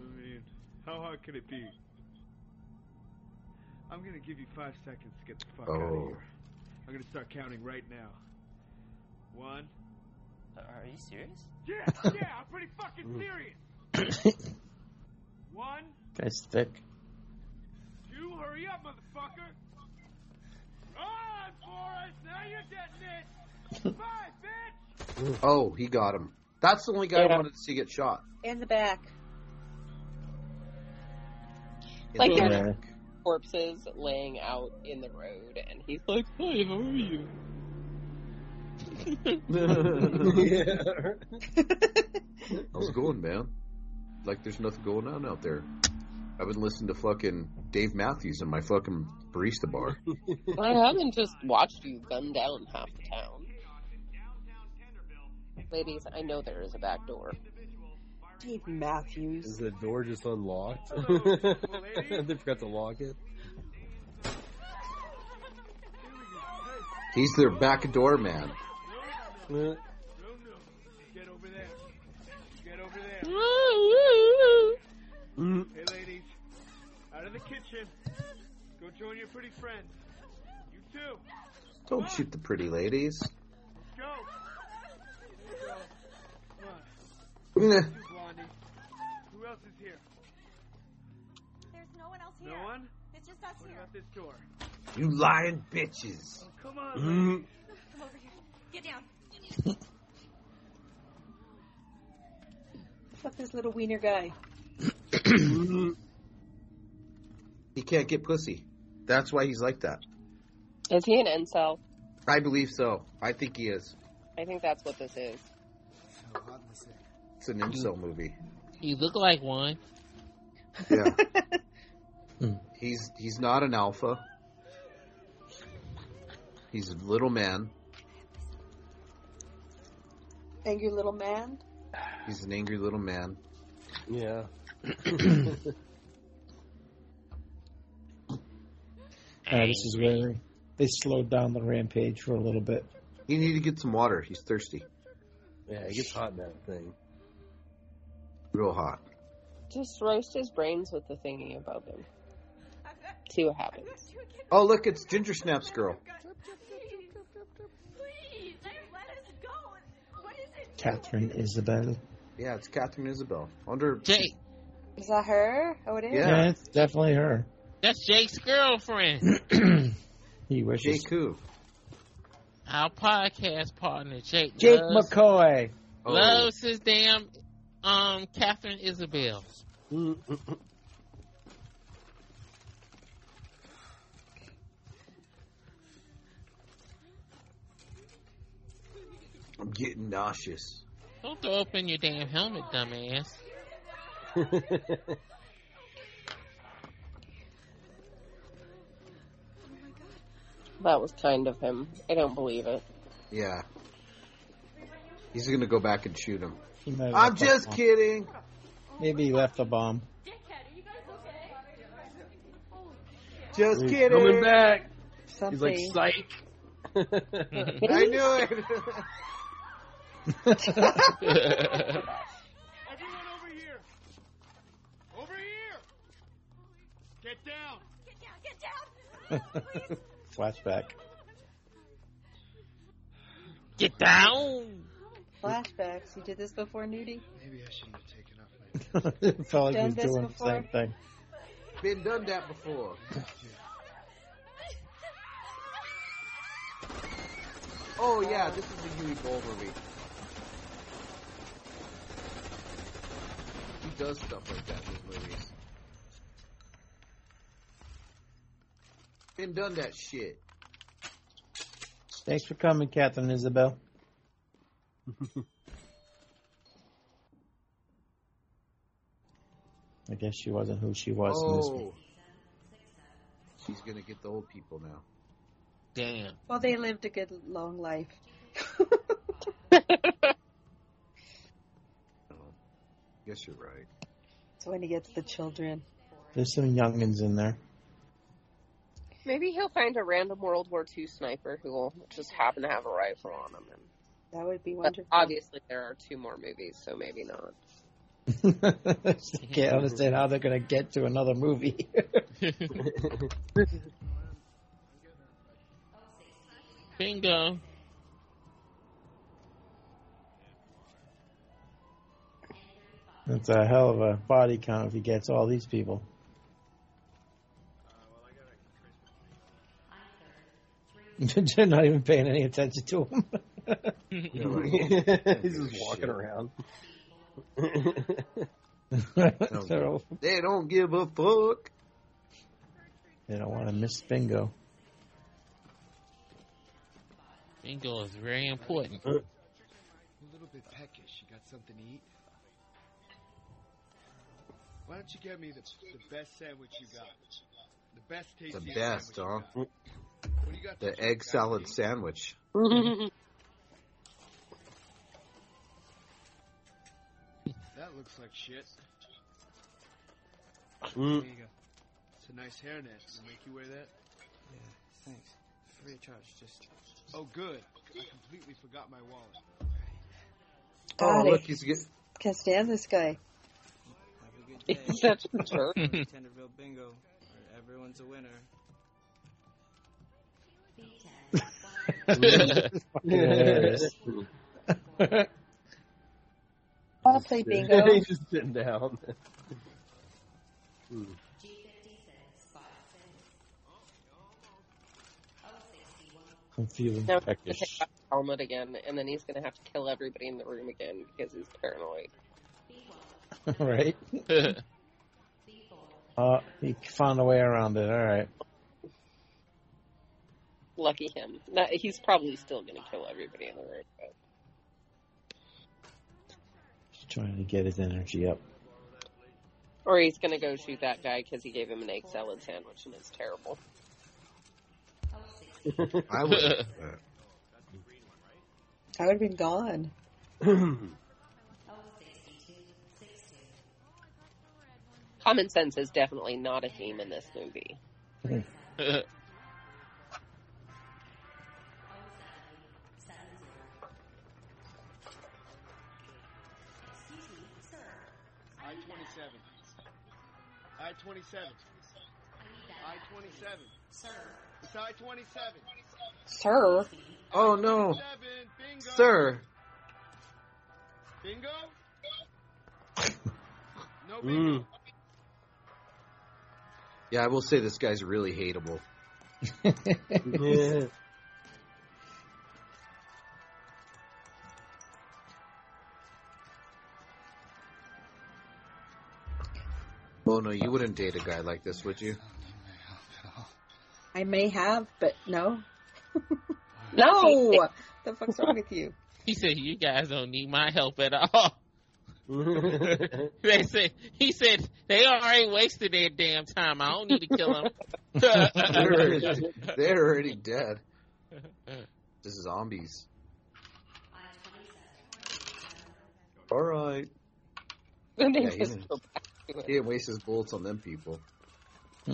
Speaker 9: I mean, how hard could it be? I'm gonna give you five seconds to get the fuck out of
Speaker 8: Oh.
Speaker 9: here. I'm gonna start counting right now. One. Are you serious? Yeah, yeah, I'm pretty fucking serious. One,
Speaker 19: Guy's thick.
Speaker 9: two, hurry up, motherfucker! Run, Forrest! Now you're getting it. Five, bitch!
Speaker 8: Oh, he got him. That's the only guy I
Speaker 11: Yeah.
Speaker 8: wanted to see get shot.
Speaker 11: In the back.
Speaker 8: In
Speaker 10: Like
Speaker 8: the
Speaker 10: you're-
Speaker 8: back.
Speaker 10: Corpses laying out in the road, and he's like, "Hi, how are you?"
Speaker 8: How's it going, man? Like there's nothing going on out there. I've been listening to fucking Dave Matthews in my fucking barista bar.
Speaker 10: I haven't just watched you gun down half the town. Ladies, I know there is a back door.
Speaker 11: Dave Matthews.
Speaker 20: Is the door just unlocked? they forgot to lock it.
Speaker 8: He's their back door man.
Speaker 19: Uh,
Speaker 9: Get over there. Get over
Speaker 20: there.
Speaker 9: hey, ladies. Out of the kitchen. Go join your pretty friends. You too.
Speaker 8: Don't shoot the pretty ladies.
Speaker 9: Go. Go. Come on.
Speaker 8: Nah.
Speaker 9: You, Blondie. Who else is here?
Speaker 14: There's no one else here.
Speaker 9: No one?
Speaker 14: It's just us
Speaker 9: What
Speaker 14: here.
Speaker 9: about this door?
Speaker 8: You lying bitches.
Speaker 9: Come on. ladies.
Speaker 14: Come over here. Get down.
Speaker 11: Fuck this little wiener guy.
Speaker 8: he can't get pussy. That's why he's like that.
Speaker 10: Is he an incel?
Speaker 8: I believe so. I think he is.
Speaker 10: I think that's what this is.
Speaker 8: It's an incel movie.
Speaker 13: you look like one. Hmm.
Speaker 8: Yeah. he's he's not an alpha. He's a little man.
Speaker 11: Angry little man.
Speaker 8: He's an angry little man.
Speaker 20: Yeah.
Speaker 19: Uh, this is where they slowed down the rampage for a little bit.
Speaker 8: You need to get some water. He's thirsty.
Speaker 20: Yeah, it gets hot in that thing.
Speaker 8: Real hot.
Speaker 10: Just roast his brains with the thingy above him. See what happens.
Speaker 8: Oh look, it's Ginger Snaps girl.
Speaker 14: Please, I- let us go. What is it?
Speaker 19: Catherine Isabel.
Speaker 8: Yeah, it's Catherine Isabel. I wonder
Speaker 13: Jake,
Speaker 11: Is that her? Oh, it is.
Speaker 8: Yeah.
Speaker 19: it's definitely her.
Speaker 13: that's Jake's girlfriend.
Speaker 19: He wishes.
Speaker 8: Jake who?
Speaker 13: Our podcast partner, Jake.
Speaker 19: Jake
Speaker 13: loves,
Speaker 19: McCoy.
Speaker 8: Oh,
Speaker 13: loves his damn um Catherine Isabel.
Speaker 8: I'm getting nauseous.
Speaker 13: Don't throw up in your damn helmet, dumbass.
Speaker 10: That was kind of him. I don't believe it.
Speaker 8: Yeah. He's gonna go back and shoot him.
Speaker 19: He might have
Speaker 8: I'm
Speaker 19: left that
Speaker 8: just
Speaker 19: bomb.
Speaker 8: kidding.
Speaker 19: Maybe he left the bomb.
Speaker 8: Just
Speaker 20: He's
Speaker 8: kidding.
Speaker 20: coming back.
Speaker 11: Something.
Speaker 20: He's like psych.
Speaker 8: I knew it.
Speaker 9: Everyone over here. Over here. Get down.
Speaker 14: Get down. Get down.
Speaker 19: Flashback.
Speaker 13: Get down.
Speaker 11: Flashbacks. You did this before, Nudie?
Speaker 15: Maybe I shouldn't have taken up my
Speaker 9: it felt like he
Speaker 11: Done
Speaker 9: was
Speaker 11: this
Speaker 9: doing
Speaker 11: before?
Speaker 9: the same thing.
Speaker 8: Been done that before. oh yeah, this is a Huey Ball movie. He does stuff like that in his movies. Been done that shit.
Speaker 9: Thanks for coming, Catherine Isabel. I guess she wasn't who she was in this one.
Speaker 8: oh. She's gonna get the old people now.
Speaker 13: Damn.
Speaker 11: Well, they lived a good long life.
Speaker 8: Guess you're right.
Speaker 11: So when he gets the children.
Speaker 9: There's some youngins in there.
Speaker 10: Maybe he'll find a random World War II sniper who will just happen to have a rifle on him. And,
Speaker 11: That would be
Speaker 10: but
Speaker 11: wonderful.
Speaker 10: obviously, there are two more movies, so maybe not.
Speaker 9: I can't understand how they're going to get to another movie.
Speaker 13: Bingo.
Speaker 9: That's a hell of a body count if he gets all these people. They're not even paying any attention to him.
Speaker 16: He's just walking around.
Speaker 9: They're all-
Speaker 8: They don't give a fuck.
Speaker 9: they don't want to miss bingo.
Speaker 13: Bingo is very important.
Speaker 15: A little bit peckish. You got something to eat? Why don't you get me the, the best sandwich you got? The best tasty
Speaker 8: The best, huh?
Speaker 15: sandwich you got. What do you got
Speaker 8: The
Speaker 15: to
Speaker 8: egg
Speaker 15: drink,
Speaker 8: salad
Speaker 15: Alfie?
Speaker 8: sandwich.
Speaker 15: That looks like shit.
Speaker 16: Mm.
Speaker 15: There you go. It's a nice hairnet. Can I make you wear that? Yeah, thanks. Free of charge, just. Oh, good. I completely forgot my wallet.
Speaker 8: Oh,
Speaker 11: God,
Speaker 8: look,
Speaker 11: I
Speaker 8: he's get,
Speaker 11: can't stand this guy.
Speaker 10: That's for sure.
Speaker 21: Tenderville bingo, where everyone's a winner.
Speaker 9: It's fucking hilarious.
Speaker 11: I want to play bingo.
Speaker 16: He's just sitting down. Hmm.
Speaker 9: I'm feeling
Speaker 10: Now he's gonna
Speaker 9: peckish.
Speaker 10: take off his helmet again, and then he's gonna have to kill everybody in the room again because he's paranoid.
Speaker 9: right? Uh, he found a way around it. All right.
Speaker 10: Lucky him. Not, he's probably still gonna kill everybody in the room. But
Speaker 9: He's trying to get his energy up.
Speaker 10: Or he's gonna go shoot that guy because he gave him an egg salad sandwich and it's terrible.
Speaker 8: I would.
Speaker 11: I would have been gone.
Speaker 10: Common sense is definitely not a theme in this movie.
Speaker 15: I 27. I 27. I 27. Sir. It's I 27.
Speaker 11: Sir.
Speaker 8: oh no,
Speaker 15: 27. Bingo.
Speaker 8: sir.
Speaker 15: Bingo? No bingo.
Speaker 16: Mm.
Speaker 8: Yeah, I will say this guy's really hateable.
Speaker 16: Yeah.
Speaker 8: Mona, you wouldn't date a guy like this, would you?
Speaker 11: I may have, but no.
Speaker 10: No!
Speaker 11: the fuck's wrong with you?
Speaker 13: He said, "You guys don't need my help at all." They said, "He said they already wasted their damn time. I don't need to kill them."
Speaker 8: They're already, they're already dead. This is zombies. All right.
Speaker 10: Then they
Speaker 8: Yeah, he
Speaker 10: just
Speaker 8: didn't-
Speaker 10: go back to
Speaker 8: He
Speaker 10: it.
Speaker 8: didn't waste his bullets on them people.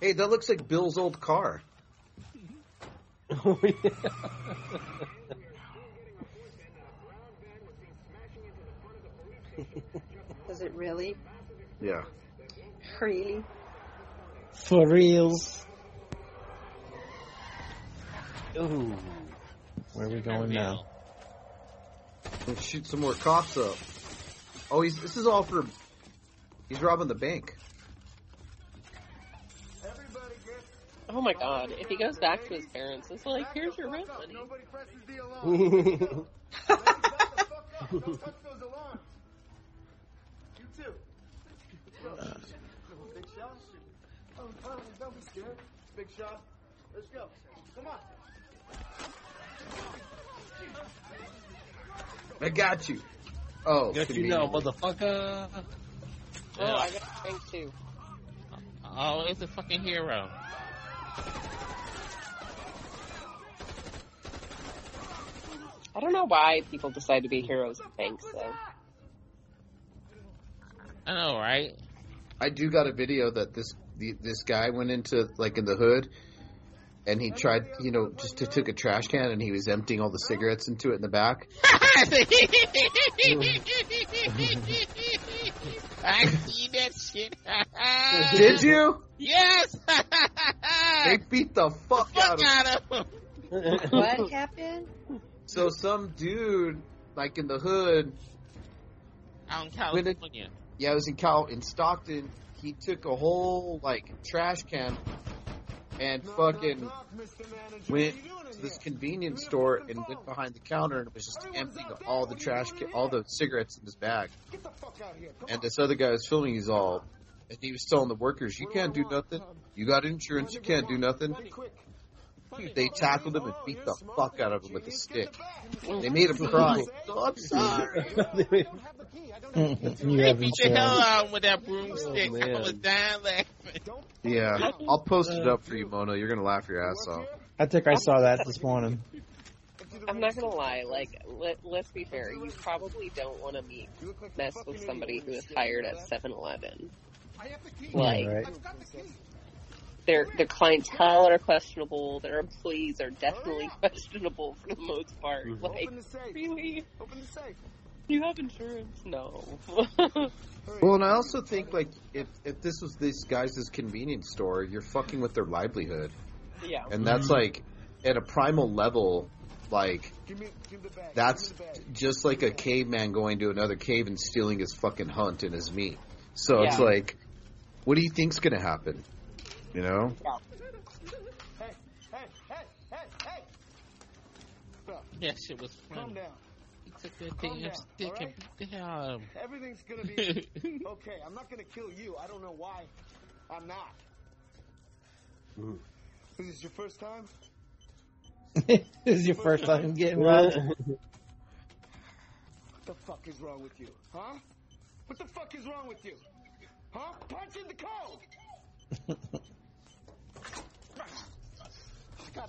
Speaker 8: Hey, that looks like Bill's old car.
Speaker 16: oh, yeah.
Speaker 11: Does it really?
Speaker 8: Yeah.
Speaker 11: Really?
Speaker 9: For reals.
Speaker 16: Ooh.
Speaker 9: Where are we going now?
Speaker 8: Let's shoot some more cops up. Oh, he's this is all for. He's robbing the bank.
Speaker 10: Oh my god, if he goes back to his parents, it's like, here's your rent money.
Speaker 15: Big shot? Oh, oh, don't be scared. Big shot. Let's go. Come on.
Speaker 8: I got you. Oh,
Speaker 16: Got you now, motherfucker.
Speaker 10: Oh, I got bank too.
Speaker 13: Always Oh, a fucking hero.
Speaker 10: I don't know why people decide to be heroes of banks though.
Speaker 13: I know, right?
Speaker 8: I do got a video that this the, this guy went into like in the hood, and he tried, you know, just to, took a trash can and he was emptying all the cigarettes into it in the back.
Speaker 13: I see that shit.
Speaker 8: Did you?
Speaker 13: Yes.
Speaker 8: They beat the fuck, out of
Speaker 13: Got him.
Speaker 11: what happened?
Speaker 8: So some dude like in the hood,
Speaker 13: Out in California.
Speaker 8: yeah, it was in Cal in Stockton. He took a whole like trash can and fucking went to this convenience store and went behind the counter and was just emptying all the trash, ca- all the cigarettes in his bag. And this other guy was filming. He's all, and he was telling the workers, "You can't do nothing. You got insurance. You can't do nothing." They tackled him and beat the fuck out of him with a stick. They made him cry. Oh, I'm sorry.
Speaker 9: you
Speaker 13: They
Speaker 9: have
Speaker 13: beat the hell
Speaker 9: insurance.
Speaker 13: out of him with that broomstick.
Speaker 16: Oh,
Speaker 13: I
Speaker 16: man.
Speaker 13: was dying laughing.
Speaker 8: Yeah, I'll post it up for you, Mona. You're gonna laugh your ass off.
Speaker 9: I think I saw that this morning.
Speaker 10: I'm not gonna lie, like let, let's be fair, you probably don't want to meet mess with somebody who is hired at 7-Eleven. Like
Speaker 9: Yeah, right.
Speaker 10: their their clientele are questionable. Their employees are definitely questionable for the most part.
Speaker 9: Mm-hmm.
Speaker 10: Like really,
Speaker 15: Open the safe.
Speaker 10: you have insurance? No.
Speaker 8: Well, and I also think like if if this was this guy's convenience store, you're fucking with their livelihood,
Speaker 10: yeah.
Speaker 8: and that's like at a primal level, like
Speaker 15: Give me, give the bag.
Speaker 8: that's just like a caveman going to another cave and stealing his fucking hunt and his meat. So it's
Speaker 10: Yeah.
Speaker 8: like, what do you think's gonna happen? You know?
Speaker 15: Hey, hey, hey, hey, hey. Stop.
Speaker 13: That shit was
Speaker 15: Calm
Speaker 13: funny.
Speaker 15: down.
Speaker 13: He took that
Speaker 15: Calm
Speaker 13: damn
Speaker 15: down,
Speaker 13: stick and
Speaker 15: alright?
Speaker 13: beat the hell out of him.
Speaker 15: Everything's gonna be okay. I'm not gonna kill you. I don't know why. I'm not. Is this your first time?
Speaker 9: this is your first time getting robbed.
Speaker 15: What the fuck is wrong with you? Huh? What the fuck is wrong with you? Huh? Punch in the code!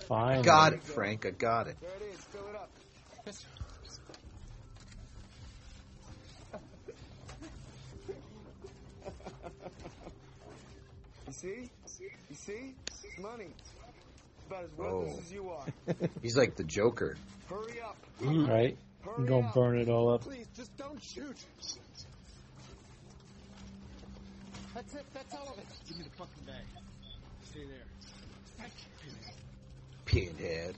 Speaker 9: Fine.
Speaker 8: Got it, Frank. I got it.
Speaker 15: There it is. Fill it up. you see? You see? Money. It's about as worthless
Speaker 8: Oh.
Speaker 15: as you are.
Speaker 8: He's like the Joker.
Speaker 15: Hurry up.
Speaker 9: Right? I'm going to burn it all up.
Speaker 15: Please, just don't shoot. That's it. That's all of it. Give me the fucking bag. Stay there.
Speaker 8: Pinhead.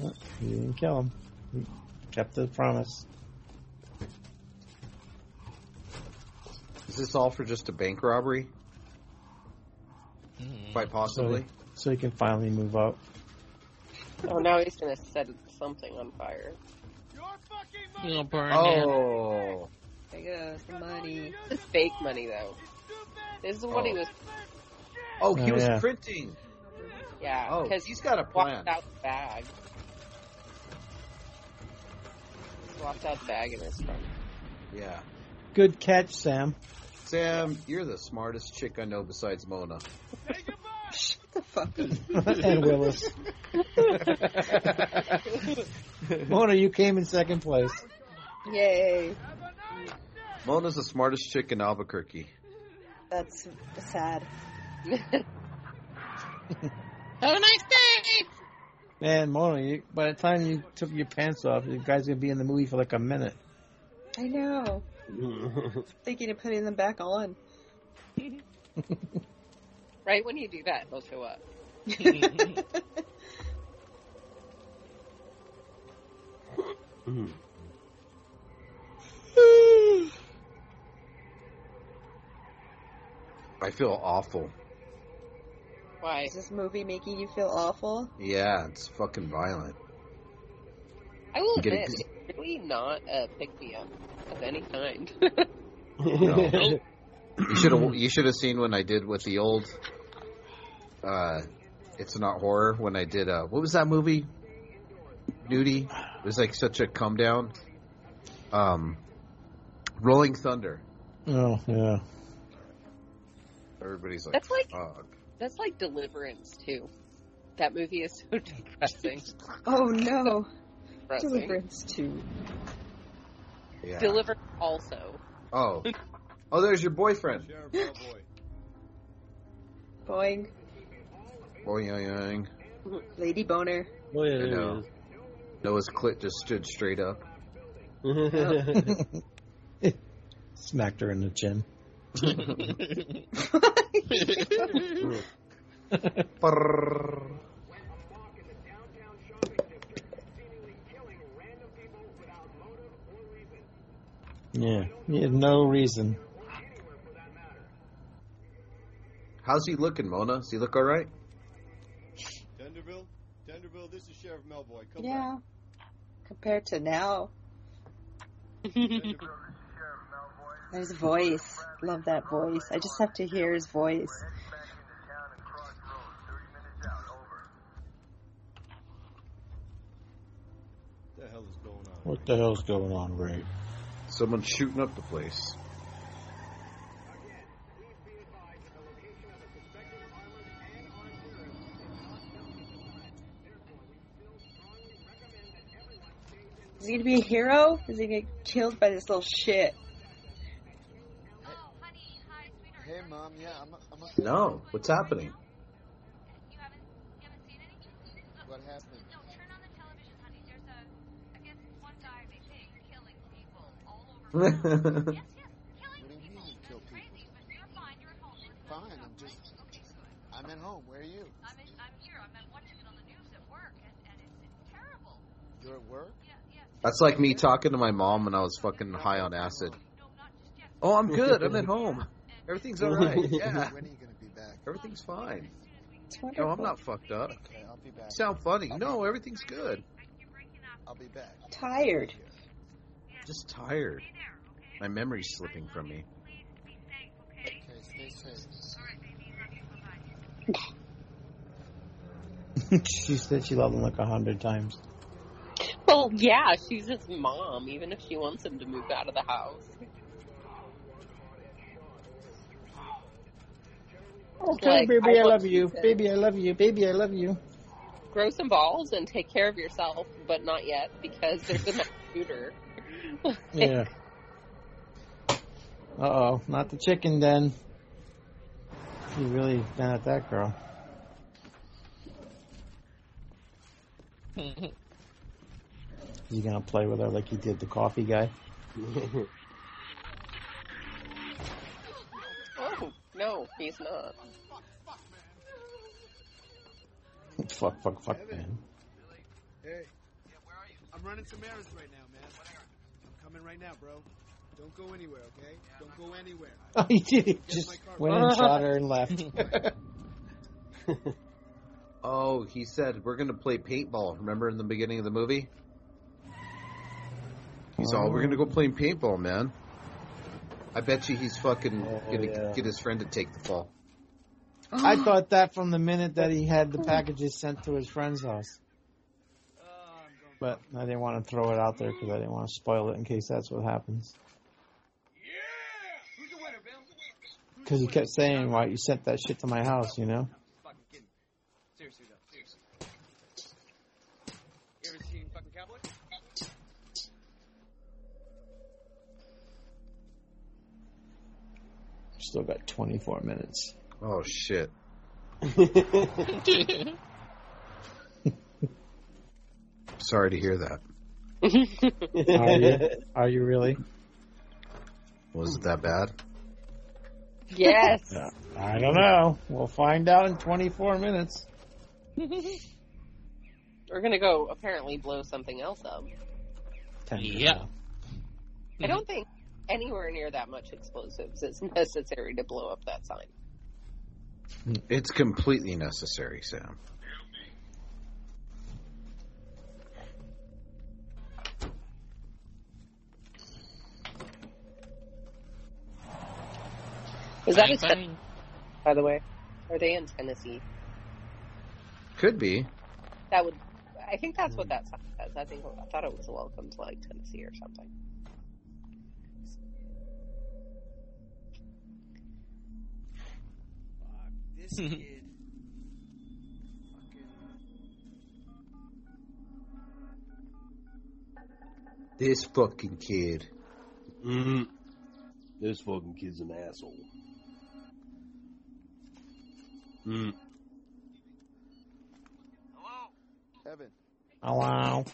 Speaker 9: You didn't kill him. You kept the promise.
Speaker 8: Is this all for just a bank robbery?
Speaker 13: Mm-hmm.
Speaker 8: Quite possibly.
Speaker 9: So he can finally move up.
Speaker 10: Oh, now he's gonna set something on fire.
Speaker 13: You gonna burn down?
Speaker 8: Oh.
Speaker 11: There goes the money.
Speaker 10: This is fake money though. This is what he
Speaker 8: Oh.
Speaker 10: was.
Speaker 8: Oh, he
Speaker 9: Oh,
Speaker 8: was
Speaker 9: yeah.
Speaker 8: printing.
Speaker 10: Yeah,
Speaker 8: Oh,
Speaker 10: because
Speaker 8: he's got a plan.
Speaker 10: Walked out the bag. Walked out the bag in his front.
Speaker 8: Yeah.
Speaker 9: Good catch, Sam.
Speaker 8: Sam, you're the smartest chick I know besides Mona.
Speaker 11: The fuck?
Speaker 9: and Willis. Mona, you came in second place.
Speaker 11: Yay.
Speaker 8: Mona's the smartest chick in Albuquerque.
Speaker 11: That's sad.
Speaker 13: Have a nice day.
Speaker 9: Man, Mona, you, by the time you took your pants off, you guys gonna be in the movie for like a minute.
Speaker 11: I know. Thinking of putting them back on.
Speaker 10: Right when you do that, they'll show up.
Speaker 8: I feel awful.
Speaker 10: Why?
Speaker 11: Is this movie making you feel awful?
Speaker 8: Yeah, it's fucking violent.
Speaker 10: I will
Speaker 8: Get
Speaker 10: admit,
Speaker 8: it,
Speaker 10: it's really not a pick me up of any kind.
Speaker 8: No. you should have you should have seen when I did with the old. Uh, it's not horror when I did. Uh, what was that movie? Nudie. It was like such a come down. Um, Rolling Thunder.
Speaker 9: Oh yeah.
Speaker 8: Everybody's like,
Speaker 10: That's like-
Speaker 8: fuck.
Speaker 10: That's like Deliverance too. That movie is so depressing.
Speaker 11: Oh no.
Speaker 10: depressing.
Speaker 11: Deliverance too.
Speaker 8: Yeah.
Speaker 10: Deliverance also.
Speaker 8: oh, oh, there's your boyfriend.
Speaker 11: Boing.
Speaker 8: Boy, young, young.
Speaker 11: Lady Boner.
Speaker 16: Oh yeah,
Speaker 8: I
Speaker 16: there he
Speaker 8: know. Noah's clit just stood straight up.
Speaker 16: is.
Speaker 9: Smacked her in the chin.
Speaker 8: Brrr.
Speaker 9: Yeah. You have no reason.
Speaker 8: How's he looking, Mona? Does he look all right?
Speaker 22: Tenderville? Tenderville, this is Sheriff Melboy. Come
Speaker 11: Yeah. Compared to now. There's voice. Love that voice. I just have to hear his voice.
Speaker 22: What the hell is going on?
Speaker 9: What the hell's going on, Ray?
Speaker 8: Someone's shooting up the place.
Speaker 11: Is he gonna be a hero? Is he gonna get killed by this little shit?
Speaker 22: Hey, Mom, yeah, I'm, I'm a...
Speaker 8: No, what's happening?
Speaker 22: What happened? What do you mean you kill people? Fine, I'm just... I'm at home. Where are you?
Speaker 14: I'm, in, I'm here. I'm I'm watching it on the news at work, and, and it's, it's terrible.
Speaker 22: You're at work?
Speaker 8: That's like me talking to my mom when I was fucking high on acid. Oh, I'm good. I'm at home. Everything's all right. Yeah,
Speaker 22: When are you going to be back?
Speaker 8: everything's fine.
Speaker 11: It's
Speaker 8: No,
Speaker 11: wonderful.
Speaker 8: I'm not fucked up.
Speaker 22: Okay, I'll be back.
Speaker 8: You sound funny. No, everything's good.
Speaker 22: I'll be back.
Speaker 11: Tired.
Speaker 8: Just tired. My memory's slipping from me.
Speaker 22: Okay, stay safe.
Speaker 9: she said she loved him like a hundred times.
Speaker 10: Well, yeah, she's his mom, even if she wants him to move out of the house.
Speaker 9: Okay,
Speaker 10: Like,
Speaker 9: baby, I,
Speaker 10: I
Speaker 9: love
Speaker 10: want
Speaker 9: you.
Speaker 10: pizza.
Speaker 9: Baby, I love you. Baby, I love you.
Speaker 10: Grow some balls and take care of yourself, but not yet because there's a mass shooter.
Speaker 9: Yeah. Uh oh, not the chicken den. You really down at that girl. You gonna play with her like you did the coffee guy?
Speaker 10: Oh no, he's not.
Speaker 9: fuck, fuck, fuck, man.
Speaker 22: Hey. Yeah, where are you? I'm running some errands right now, man. I'm coming right now, bro. Don't go anywhere, okay? Don't go anywhere.
Speaker 9: Oh, he did. He
Speaker 22: Get my
Speaker 9: just
Speaker 22: car
Speaker 9: went
Speaker 22: back.
Speaker 9: and shot her and left.
Speaker 8: Oh, he said we're gonna play paintball. Remember in the beginning of the movie? He's all, "We're gonna go play paintball, man." I bet you he's fucking gonna
Speaker 9: yeah.
Speaker 8: get his friend to take the fall.
Speaker 9: I thought that from the minute that he had the packages sent to his friend's house. But I didn't want to throw it out there because I didn't want to spoil it in case that's what happens. Because he kept saying, "Why you sent that shit to my house?" You know.
Speaker 17: Fucking kidding. Seriously though, seriously. You ever seen fucking Cowboy?
Speaker 9: Still got 24 minutes.
Speaker 8: Oh shit! sorry to hear that.
Speaker 9: Are you, are you really?
Speaker 8: Was it that bad?
Speaker 10: Yes.
Speaker 9: I don't know. We'll find out in 24 minutes.
Speaker 10: We're gonna go apparently blow something else up.
Speaker 13: Yeah.
Speaker 10: I don't think anywhere near that much explosives is
Speaker 9: Mm-hmm.
Speaker 10: necessary to blow up that sign.
Speaker 8: It's completely necessary, Sam.
Speaker 10: Is that
Speaker 13: Bang,
Speaker 10: a step-
Speaker 13: bang.
Speaker 10: by the way? Are they in Tennessee?
Speaker 8: Could be.
Speaker 10: That would. I think that's what that sign says. I think I thought it was welcome to like Tennessee or something.
Speaker 22: This kid.
Speaker 8: This fucking kid.
Speaker 16: Mm-hmm. This fucking kid's an asshole. Mm.
Speaker 22: Evan.
Speaker 9: Oh, wow.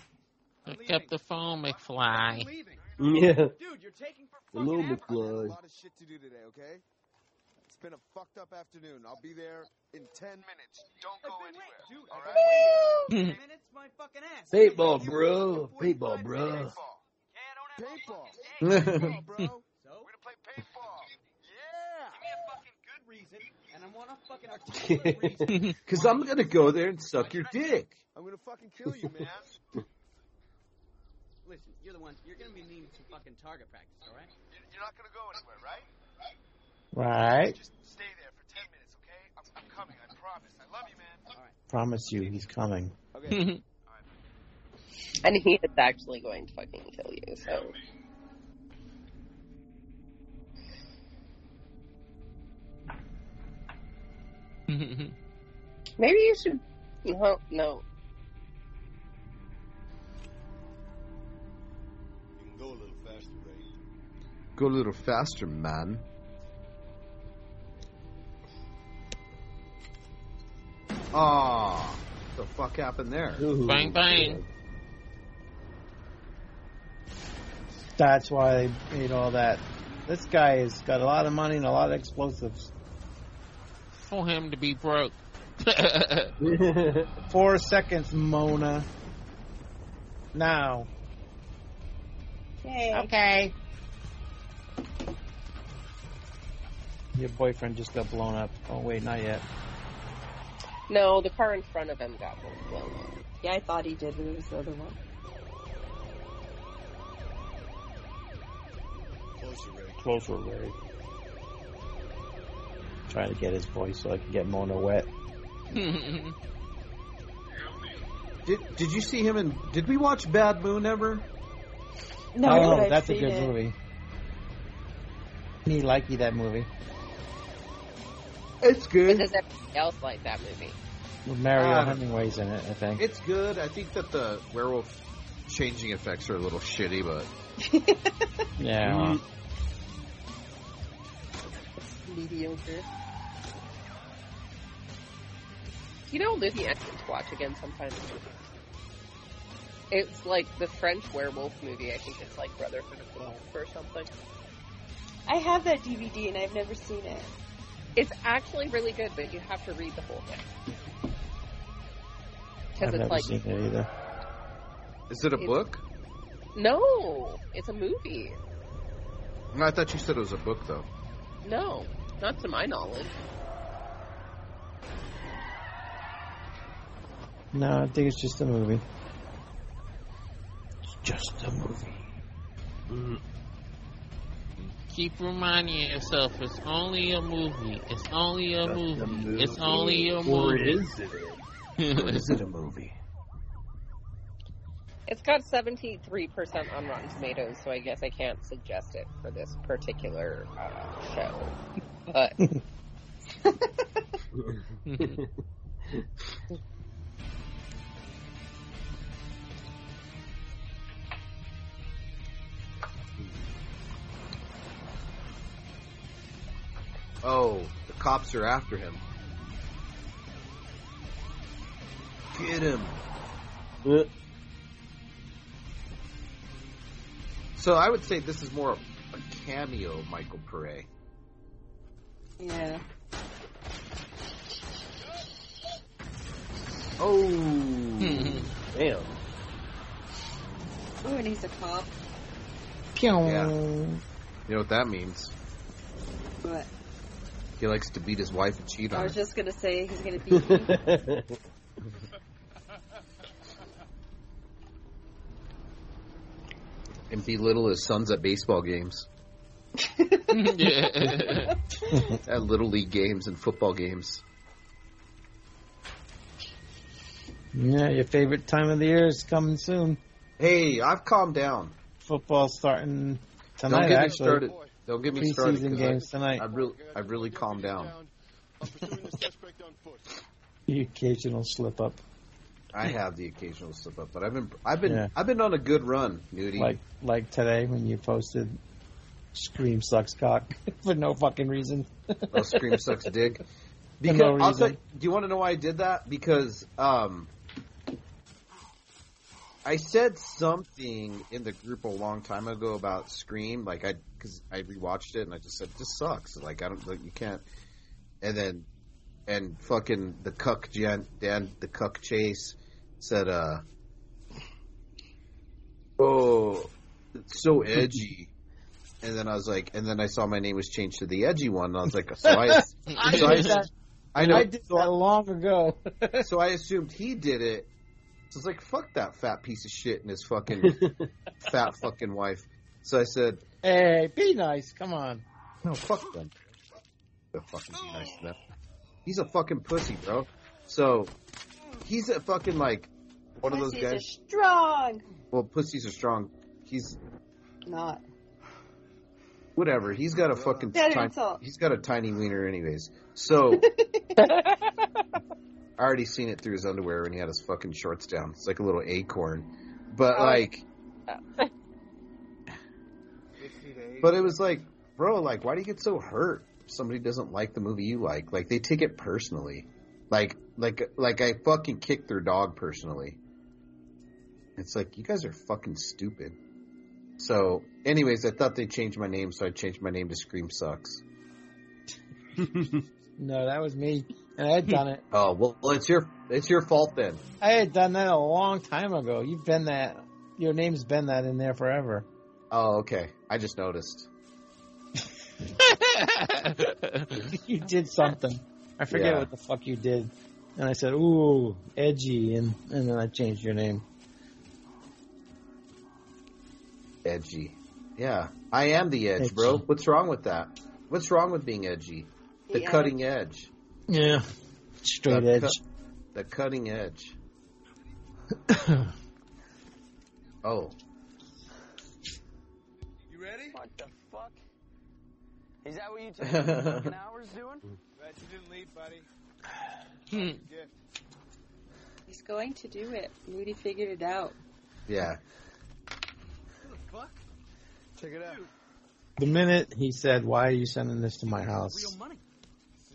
Speaker 13: Pick up the phone,
Speaker 16: Yeah.
Speaker 13: McFly.
Speaker 22: Dude, you're taking for
Speaker 16: Hello,
Speaker 22: fucking ever.
Speaker 16: McFly.
Speaker 22: A lot of shit to do today, okay? It's been a fucked up afternoon. I'll be there in 10 minutes. Don't go anywhere. Dude, all right?
Speaker 16: waiting.
Speaker 22: minutes, my fucking ass.
Speaker 16: Paintball, bro. Paintball, bro.
Speaker 22: Paintball.
Speaker 16: Paintball,
Speaker 22: bro. So? We're gonna play paintball. Yeah. Give me a fucking good reason, and I want a fucking articulate reason.
Speaker 8: Because I'm going to go there and suck your dick.
Speaker 22: I'm gonna fucking kill you, man. Listen, you're the one. You're gonna be needing some fucking target practice, all right? You're not gonna go anywhere, right?
Speaker 9: Right.
Speaker 22: Just stay there for ten minutes, okay? I'm, I'm coming. I promise. I love you, man. All right.
Speaker 9: Promise you, he's coming.
Speaker 22: Okay.
Speaker 10: And he is actually going to fucking kill you. So maybe you should. No, no.
Speaker 15: You can go a little faster, Ray.
Speaker 8: Go a little faster, man. Ah, the fuck happened there?
Speaker 13: Bang bang.
Speaker 9: That's why they made all that. This guy has got a lot of money and a lot of explosives.
Speaker 13: For him to be broke.
Speaker 9: Four seconds, Mona. Now.
Speaker 13: okay.
Speaker 9: Your boyfriend just got blown up. Oh, wait, not yet.
Speaker 10: No, the car in front of him got blown up.
Speaker 11: Yeah, I thought he did, but it was the other one.
Speaker 15: Closer, Ray.
Speaker 9: Closer, Larry. Trying to get his voice so I can get Mona wet.
Speaker 8: Did Did you see him in? Did we watch Bad Moon ever?
Speaker 11: No,
Speaker 9: oh,
Speaker 11: but I've
Speaker 9: that's a
Speaker 11: seen
Speaker 9: good
Speaker 11: it.
Speaker 9: movie. Me likey that movie.
Speaker 8: It's
Speaker 10: But
Speaker 8: good.
Speaker 10: does everybody else like that movie?
Speaker 9: With Mario
Speaker 8: Ah.
Speaker 9: Hemingway's in it, I think.
Speaker 8: It's good. I think that the werewolf changing effects are a little shitty, but
Speaker 9: Yeah. well,
Speaker 10: Mediocre. You know, Lizzie Atkins watch again sometimes. It's like the French werewolf movie. I think it's like Brotherhood of the Wolf or something.
Speaker 11: I have that DVD and I've never seen it.
Speaker 10: It's actually really good, but you have to read the whole thing.
Speaker 9: I've
Speaker 10: Because
Speaker 9: never
Speaker 10: it's like,
Speaker 9: seen it either.
Speaker 8: is it a
Speaker 10: It's-
Speaker 8: book?
Speaker 10: no, it's a movie.
Speaker 8: I thought you said it was a book, though.
Speaker 10: No, not to my knowledge.
Speaker 9: No, I think it's just a movie.
Speaker 8: Just a movie.
Speaker 13: Keep reminding yourself it's only a movie. It's only a movie. It's only a
Speaker 16: Or
Speaker 13: movie.
Speaker 16: is it?
Speaker 8: Or is it a movie?
Speaker 10: It's got 73% on Rotten Tomatoes, so I guess I can't suggest it for this particular uh, show. But
Speaker 8: Oh, the cops are after him. Get him.
Speaker 16: Uh,
Speaker 8: So I would say this is more of a cameo, Michael Pere.
Speaker 11: Yeah.
Speaker 8: Oh, damn!
Speaker 11: Oh, and he's a cop.
Speaker 8: Yeah. You know what that means?
Speaker 11: But
Speaker 8: He likes to beat his wife and cheat
Speaker 11: I
Speaker 8: on
Speaker 11: was
Speaker 8: her.
Speaker 11: just gonna say he's gonna beat me.
Speaker 8: and belittle his sons at baseball games. at little league games and football games.
Speaker 9: Yeah, your favorite time of the year is coming soon.
Speaker 8: Hey, I've calmed down.
Speaker 9: Football starting
Speaker 8: Don't
Speaker 9: tonight.
Speaker 8: get me
Speaker 9: actually.
Speaker 8: started. Don't get me started.
Speaker 9: Preseason
Speaker 8: 'cause
Speaker 9: games
Speaker 8: I,
Speaker 9: tonight.
Speaker 8: I really, I really calmed down.
Speaker 9: The occasional slip up,
Speaker 8: I have the occasional slip up, but I've been, I've been,
Speaker 9: Yeah.
Speaker 8: I've been on a good run, Nudie.
Speaker 9: like like today when you posted "Scream sucks cock" for no fucking reason.
Speaker 8: Oh, scream sucks dig.
Speaker 9: For no
Speaker 8: Because I'll
Speaker 9: reason.
Speaker 8: tell- do you want to know why I did that? Because um, I said something in the group a long time ago about Scream. Like I, because I rewatched it and I just said this sucks. Like I don't, like, you can't. And then, and fucking the cuck Jan, Dan, the cuck Chase said, uh, oh, it's so edgy. And then I was like, and then I saw my name was changed to the edgy one. And I was like, so I, so I, I know.
Speaker 9: I did that long ago.
Speaker 8: so I assumed he did it. So I was like, fuck that fat piece of shit and his fucking fat fucking wife. So I said,
Speaker 9: Hey, be nice. Come on.
Speaker 8: no, fuck them. They'll fucking be nice to them. He's a fucking pussy, bro. So he's a fucking like one of those
Speaker 11: Pussies are
Speaker 8: guys.
Speaker 11: strong.
Speaker 8: well, pussies are strong. He's
Speaker 11: Not.
Speaker 8: whatever. He's got a fucking
Speaker 11: That
Speaker 8: tiny,
Speaker 11: insult.
Speaker 8: he's got a tiny wiener, anyways. So I already seen it through his underwear when he had his fucking shorts down. It's like a little acorn, but
Speaker 4: Oh.
Speaker 8: like,
Speaker 4: Days.
Speaker 8: but it was like, bro, like, why do you get so hurt? if Somebody doesn't like the movie you like. Like they take it personally. Like like like I fucking kicked their dog personally. It's like you guys are fucking stupid. So, anyways, I thought they changed my name, so I changed my name to Scream Sucks.
Speaker 9: No, that was me, and I had done it.
Speaker 8: Oh well, well, it's your it's your fault then.
Speaker 9: I had done that a long time ago. You've been that. Your name's been that in there forever.
Speaker 8: Oh okay, I just noticed.
Speaker 9: you did something. I forget
Speaker 8: Yeah.
Speaker 9: what the fuck you did. And I said, "Ooh, edgy," and and then I changed your name.
Speaker 8: Edgy. Yeah, I am the edge, bro. What's wrong with that? What's wrong with being edgy? The
Speaker 9: Yeah.
Speaker 8: cutting edge.
Speaker 9: Yeah, straight
Speaker 8: The
Speaker 9: edge.
Speaker 8: cut- the cutting edge. oh,
Speaker 22: You ready? What the fuck?
Speaker 18: Is that what you took your fucking hours doing?
Speaker 22: Glad you didn't leave, buddy. Gift.
Speaker 11: He's going to do it. Moody figured it out.
Speaker 8: yeah.
Speaker 22: Fuck. Check it out.
Speaker 9: The minute he said, "Why are you sending this to my house?"
Speaker 22: It's a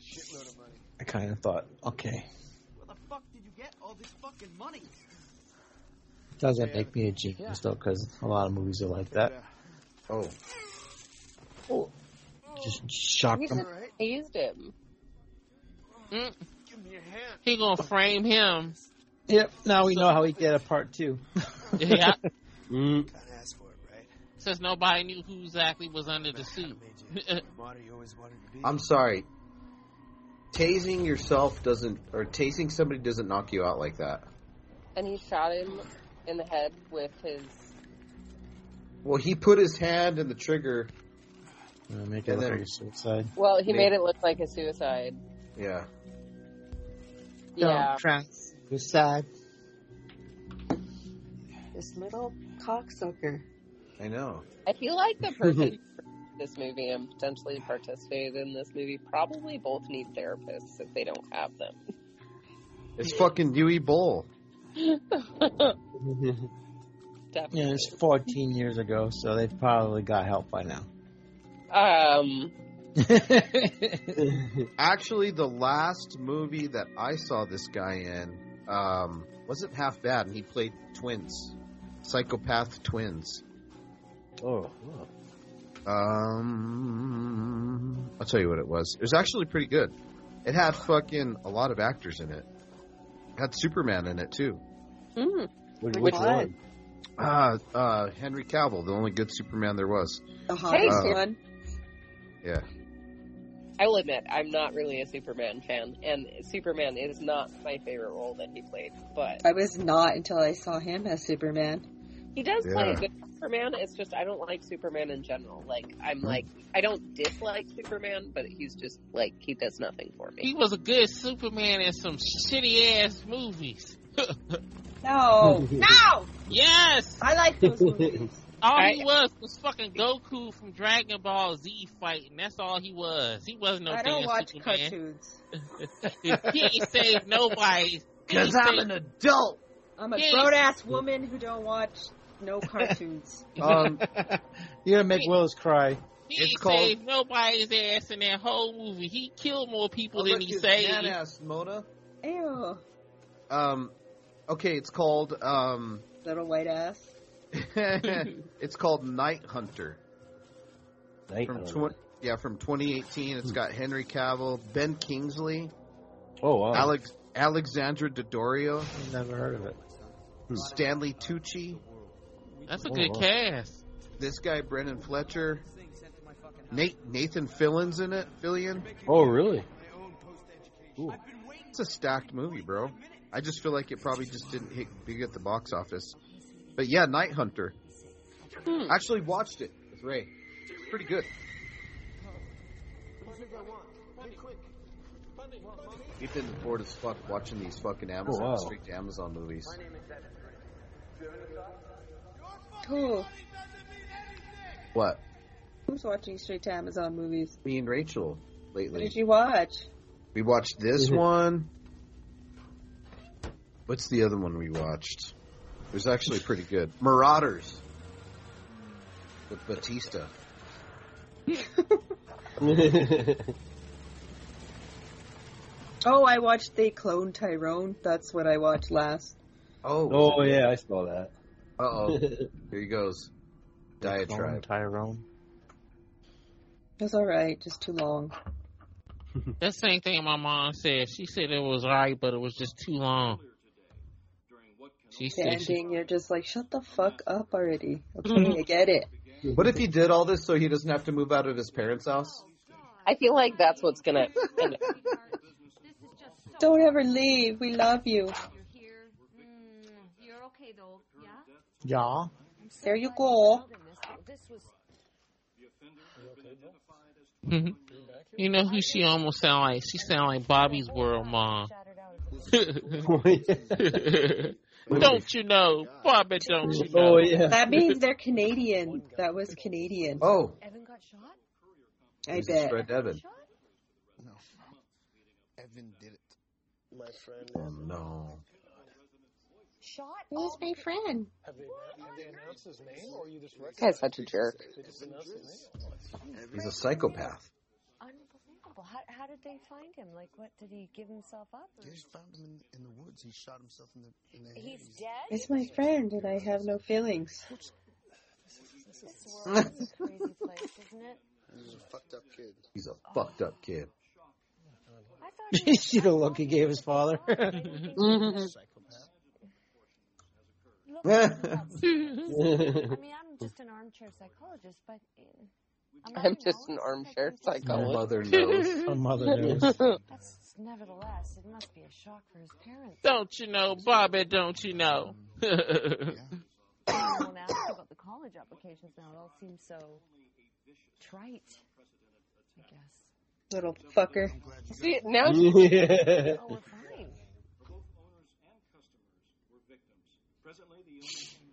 Speaker 22: shitload of money.
Speaker 9: I kind of thought, okay,
Speaker 22: Where the fuck did you get all this fucking money?
Speaker 9: it doesn't make me a genius though, because a lot of movies are like that.
Speaker 8: Oh,
Speaker 9: just shocked
Speaker 10: He's
Speaker 9: them.
Speaker 10: teased him.
Speaker 13: Mm.
Speaker 22: Give me your hand.
Speaker 13: He gonna frame him.
Speaker 9: Yep. Now we know how he did a part two.
Speaker 13: Yeah.
Speaker 9: Mm.
Speaker 22: Gotta ask for it, right?
Speaker 13: Since nobody knew who exactly was under the suit.
Speaker 22: Marty you always wanted to be.
Speaker 8: I'm sorry. Tasing yourself doesn't, or tasing somebody doesn't knock you out like that.
Speaker 10: And he shot him in the head with his.
Speaker 8: Well, he put his hand in the trigger.
Speaker 9: Uh, make
Speaker 8: And
Speaker 9: it look
Speaker 8: then-
Speaker 9: like a suicide.
Speaker 10: Well, he
Speaker 8: Yeah.
Speaker 10: made it look like a suicide.
Speaker 8: Yeah.
Speaker 10: Yeah.
Speaker 9: try suicide.
Speaker 11: This little cocksucker.
Speaker 8: I know.
Speaker 10: I feel like the person in this movie and potentially participated in this movie probably both need therapists if they don't have them.
Speaker 8: It's fucking Dewey Bull.
Speaker 9: Yeah,
Speaker 10: Definitely.
Speaker 9: it's 14 years ago, so they've probably got help by now.
Speaker 10: Um.
Speaker 8: Actually, the last movie that I saw this guy in um, wasn't half bad, and he played twins, psychopath twins.
Speaker 16: Oh.
Speaker 8: Um, I'll tell you what it was. It was actually pretty good. It had fucking a lot of actors in it. It had Superman in it too.
Speaker 10: Mm.
Speaker 16: Which, which
Speaker 10: What?
Speaker 16: one?
Speaker 8: Uh, uh, Henry Cavill, the only good Superman there was.
Speaker 11: The
Speaker 8: Uh,
Speaker 11: hottest one.
Speaker 8: Yeah.
Speaker 10: I will admit, I'm not really a Superman fan, and Superman is not my favorite role that he played, but
Speaker 11: I was not until I saw him as Superman.
Speaker 10: he does play
Speaker 11: Yeah.
Speaker 10: a good Superman. It's just I don't like Superman in general. Like, I'm
Speaker 11: Hmm.
Speaker 10: like, I don't dislike Superman, but he's just like, he does nothing for me.
Speaker 13: He was a good Superman in some shitty ass movies.
Speaker 11: No.
Speaker 13: no. Yes.
Speaker 11: I like those movies.
Speaker 13: All he
Speaker 11: I-
Speaker 13: was was fucking Goku from Dragon Ball Z fighting. That's all he was. He wasn't no
Speaker 11: I don't
Speaker 13: damn
Speaker 11: watch
Speaker 13: Superman.
Speaker 11: cartoons.
Speaker 13: he ain't saved nobody. He ain't saved-
Speaker 8: adult.
Speaker 11: I'm a
Speaker 13: Yeah.
Speaker 11: grown ass woman who don't watch no cartoons.
Speaker 8: Um,
Speaker 9: You're gonna make Willis cry.
Speaker 13: He ain't saved nobody's ass in that whole movie. He killed more people than he
Speaker 8: you
Speaker 13: saved.
Speaker 8: man ass, Mona.
Speaker 11: Ew.
Speaker 8: Um, okay, it's called um,
Speaker 11: Little white ass.
Speaker 8: it's called Night Hunter.
Speaker 16: Night
Speaker 8: from
Speaker 16: Hunter.
Speaker 8: twen- yeah, from 2018. It's got Henry Cavill, Ben Kingsley,
Speaker 16: Oh wow.
Speaker 8: Alex Alexandra Daddario,
Speaker 9: Never heard of it.
Speaker 16: Hmm.
Speaker 8: Stanley Tucci.
Speaker 13: That's a good cast.
Speaker 8: This guy Brendan Fletcher, Nate Nathan Fillion's in it. Fillion.
Speaker 16: Oh really?
Speaker 8: It's a stacked movie, bro. I just feel like it probably just didn't hit big at the box office. But yeah, Night Hunter.
Speaker 16: Hmm.
Speaker 8: Actually watched it with Ray. It's pretty good. We've been bored as fuck watching these fucking Amazon
Speaker 16: Oh, wow.
Speaker 8: straight to Amazon movies.
Speaker 11: Who?
Speaker 8: What?
Speaker 11: Who's watching straight to Amazon movies?
Speaker 8: Me and Rachel
Speaker 11: What
Speaker 8: lately.
Speaker 11: did you watch?
Speaker 8: We watched this
Speaker 16: Mhm.
Speaker 8: one. What's the other one we watched? It was actually pretty good. Marauders with Batista.
Speaker 11: Oh, I watched They Clone Tyrone. That's what I watched last.
Speaker 8: Oh.
Speaker 16: Oh yeah, I saw that.
Speaker 8: Uh oh. Here he goes. Diatribe.
Speaker 9: Tyrone.
Speaker 11: That's alright, just too long.
Speaker 13: That same thing my mom said. She said it was alright, but it was just too long. She said she,
Speaker 11: Standing, you're just like, shut the fuck up already. Okay, I get it.
Speaker 8: What if he did all this so he doesn't have to move out of his parents' house?
Speaker 14: Oh,
Speaker 10: I feel like that's what's gonna. end up.
Speaker 11: Don't ever leave. We love you.
Speaker 14: Mm, You're okay though, yeah?
Speaker 9: Yeah.
Speaker 11: There you go.
Speaker 14: This was
Speaker 13: Mhm. you know who she almost sound like? She sound like Bobby's World mom.
Speaker 9: Oh,
Speaker 13: don't you know, Bobby? Don't you
Speaker 9: Oh,
Speaker 13: know?
Speaker 11: That means they're Canadian. That was Canadian.
Speaker 8: Oh.
Speaker 14: Evan got shot?
Speaker 11: I
Speaker 8: He's a
Speaker 11: bet.
Speaker 8: Fred Evan.
Speaker 15: Evan did it. My friend.
Speaker 8: Oh no.
Speaker 14: Shot? Oh,
Speaker 11: Who's my friend?
Speaker 15: Have they, have they announced his name, or you just
Speaker 10: guy's such a jerk.
Speaker 15: They just announced his name.
Speaker 8: He's a psychopath.
Speaker 14: Unbelievable. How, how did they find him? Like, what? Did he give himself up? Or...
Speaker 15: They just found him in, in the woods. He shot himself in the in the head.
Speaker 14: He's dead?
Speaker 11: It's my friend, and I have no feelings.
Speaker 14: This world is a crazy place, isn't it?
Speaker 15: He's a fucked up kid.
Speaker 8: He's a fucked up kid.
Speaker 14: I thought
Speaker 9: See the look he gave his father.
Speaker 14: Look, I'm not psychologist. I mean, I'm just an armchair psychologist, but uh, a mother
Speaker 10: I'm just an
Speaker 14: knows
Speaker 10: armchair
Speaker 14: that this-
Speaker 10: psychologist.
Speaker 8: mother knows.
Speaker 9: Her mother knows.
Speaker 14: That's nevertheless, it must be a shock for his parents.
Speaker 13: Don't you know, Bobby? Don't you know?
Speaker 14: I won't ask about the college applications now. It all seems so trite. I guess.
Speaker 11: Little fucker.
Speaker 10: See, now she,
Speaker 16: Yeah.
Speaker 14: Oh, we're fine.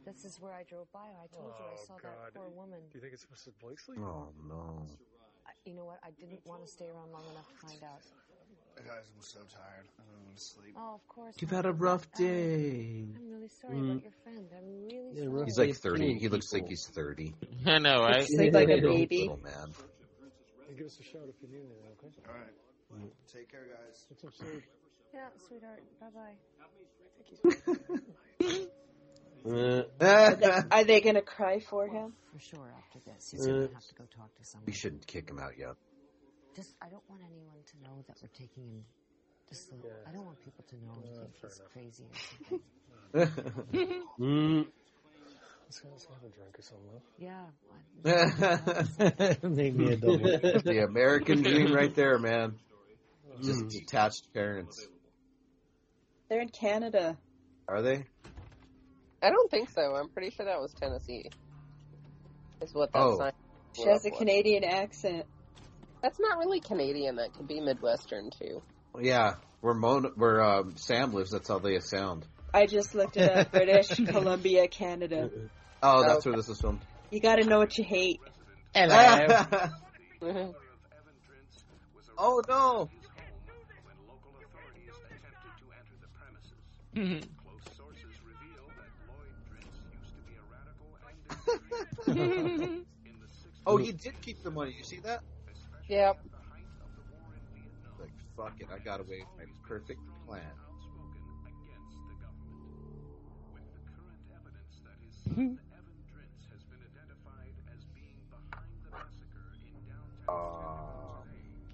Speaker 14: This is where I drove by. I told you I saw that poor woman.
Speaker 15: Oh, Do you think it's Mrs. Blakesley?
Speaker 8: Oh no.
Speaker 14: I, you know what? I didn't want to stay around long enough to find out.
Speaker 15: Guys, I'm so tired. I don't want to sleep.
Speaker 14: Oh, of course.
Speaker 8: You've
Speaker 14: not.
Speaker 8: had a rough
Speaker 14: Um,
Speaker 8: day. Mm.
Speaker 14: I'm really sorry about your friend. I'm really
Speaker 9: Yeah,
Speaker 14: sorry.
Speaker 9: rough
Speaker 8: He's
Speaker 9: day.
Speaker 8: like thirty. He looks like he's thirty.
Speaker 13: I know, right?
Speaker 11: Sleep like a
Speaker 8: Little-
Speaker 11: baby.
Speaker 8: Little man.
Speaker 15: Hey, give us a shout if you need anything, okay? All right. Take care, guys.
Speaker 14: Yeah, sweetheart. Bye bye.
Speaker 11: Are they- Are they gonna cry for him?
Speaker 14: For sure, after this, he's gonna
Speaker 8: Uh.
Speaker 14: have to go talk to someone.
Speaker 8: We shouldn't kick him out yet.
Speaker 14: Just, I don't want anyone to know that we're taking him. Just, so- I don't want people to know
Speaker 8: Uh,
Speaker 14: and think he's crazy or something.
Speaker 23: This guy's gonna have a drink or something.
Speaker 14: yeah. I-
Speaker 9: Maybe a double.
Speaker 8: the American dream, right there, man.
Speaker 11: Hmm.
Speaker 8: Just detached parents.
Speaker 11: They're in Canada.
Speaker 8: Are they?
Speaker 10: I don't think so. I'm pretty sure that was Tennessee. Is what that
Speaker 8: Oh.
Speaker 10: sign.
Speaker 11: She has a Canadian accent.
Speaker 10: That's not really Canadian. That could be Midwestern too.
Speaker 8: Yeah, where Mona, where um, Sam lives, that's how they sound.
Speaker 11: I just looked it up. British Columbia, Canada.
Speaker 8: Oh, that's where this is filmed.
Speaker 11: You gotta know what you hate.
Speaker 10: Mm-hmm.
Speaker 8: oh no! oh, he did keep the money. You see that?
Speaker 10: Yep.
Speaker 8: Like, fuck it, I got away with my perfect plan. Uh,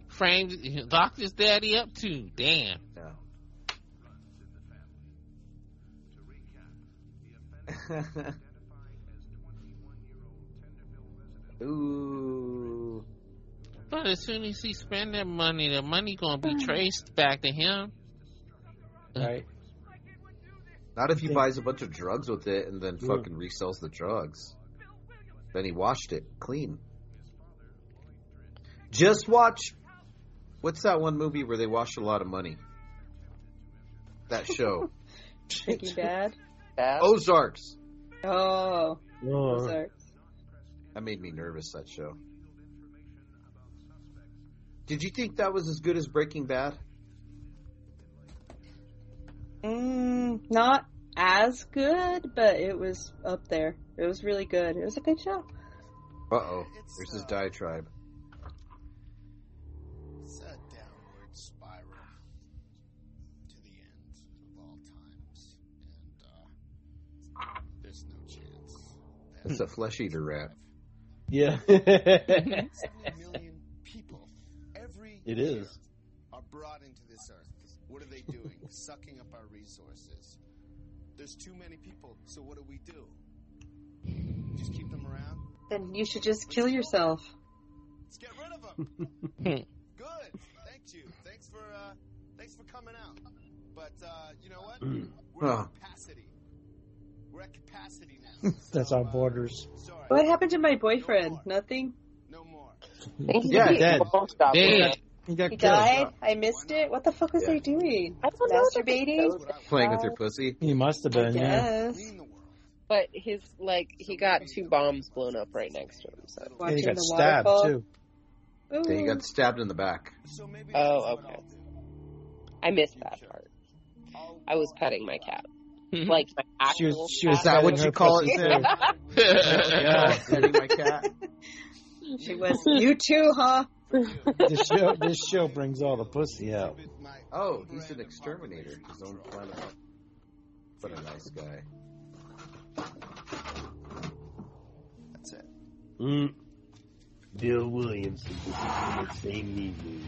Speaker 13: Framed, locked his daddy up too. Damn.
Speaker 8: Ooh.
Speaker 13: But as soon as he spend that money, the money gonna be traced back to him.
Speaker 9: Right.
Speaker 8: Not if he buys a bunch of drugs with it and then fucking resells the drugs. Then he washed it clean. Just watch. What's that one movie where they wash a lot of money? That show.
Speaker 11: Tricky Dad.
Speaker 8: Ozarks.
Speaker 11: Oh.
Speaker 9: Uh.
Speaker 8: Oh.
Speaker 11: Sorry.
Speaker 8: That made me nervous, that show. Did you think that was as good as Breaking Bad?
Speaker 11: Mm, not as good, but it was up there. It was really good. It was a good show.
Speaker 8: Uh oh. There's his diatribe.
Speaker 15: It's a downward spiral to the end of all times, and uh, there's no chance.
Speaker 8: It's a flesh eater rat.
Speaker 16: Yeah.
Speaker 15: Seven million people every
Speaker 16: It is.
Speaker 15: are brought into this earth. What are they doing? Sucking up our resources. There's too many people, so what do we do? Just keep them around.
Speaker 11: Then you should just kill yourself.
Speaker 15: Let's get rid of them. Good. Thank you. Thanks for uh, thanks for coming out. But uh, you know what? We're
Speaker 9: Oh.
Speaker 15: at capacity. We're at capacity now.
Speaker 9: That's our borders.
Speaker 11: What happened to my boyfriend? Nothing.
Speaker 9: Yeah, dead.
Speaker 13: Dead.
Speaker 9: He got
Speaker 11: He
Speaker 9: killed.
Speaker 11: died. I missed it. What the fuck was I doing? Masturbating.
Speaker 8: Playing with your pussy?
Speaker 9: He must have been. Yeah.
Speaker 11: Yes.
Speaker 10: But his like he got two bombs blown up right next to him. So
Speaker 9: And he got stabbed too.
Speaker 8: Yeah, he got stabbed in the back.
Speaker 10: Oh, okay. I missed that part. I was petting my cat. Like my
Speaker 9: She
Speaker 10: actual
Speaker 9: was- she was
Speaker 8: Is
Speaker 10: cat.
Speaker 8: that what you call it?
Speaker 9: Yeah.
Speaker 8: Petting my cat.
Speaker 11: She was. You too, huh?
Speaker 9: This show, this show brings all the pussy out.
Speaker 8: Oh, he's an exterminator. His own planet. What a nice guy.
Speaker 15: That's it.
Speaker 16: Mm. Bill Williamson was in the same knee move.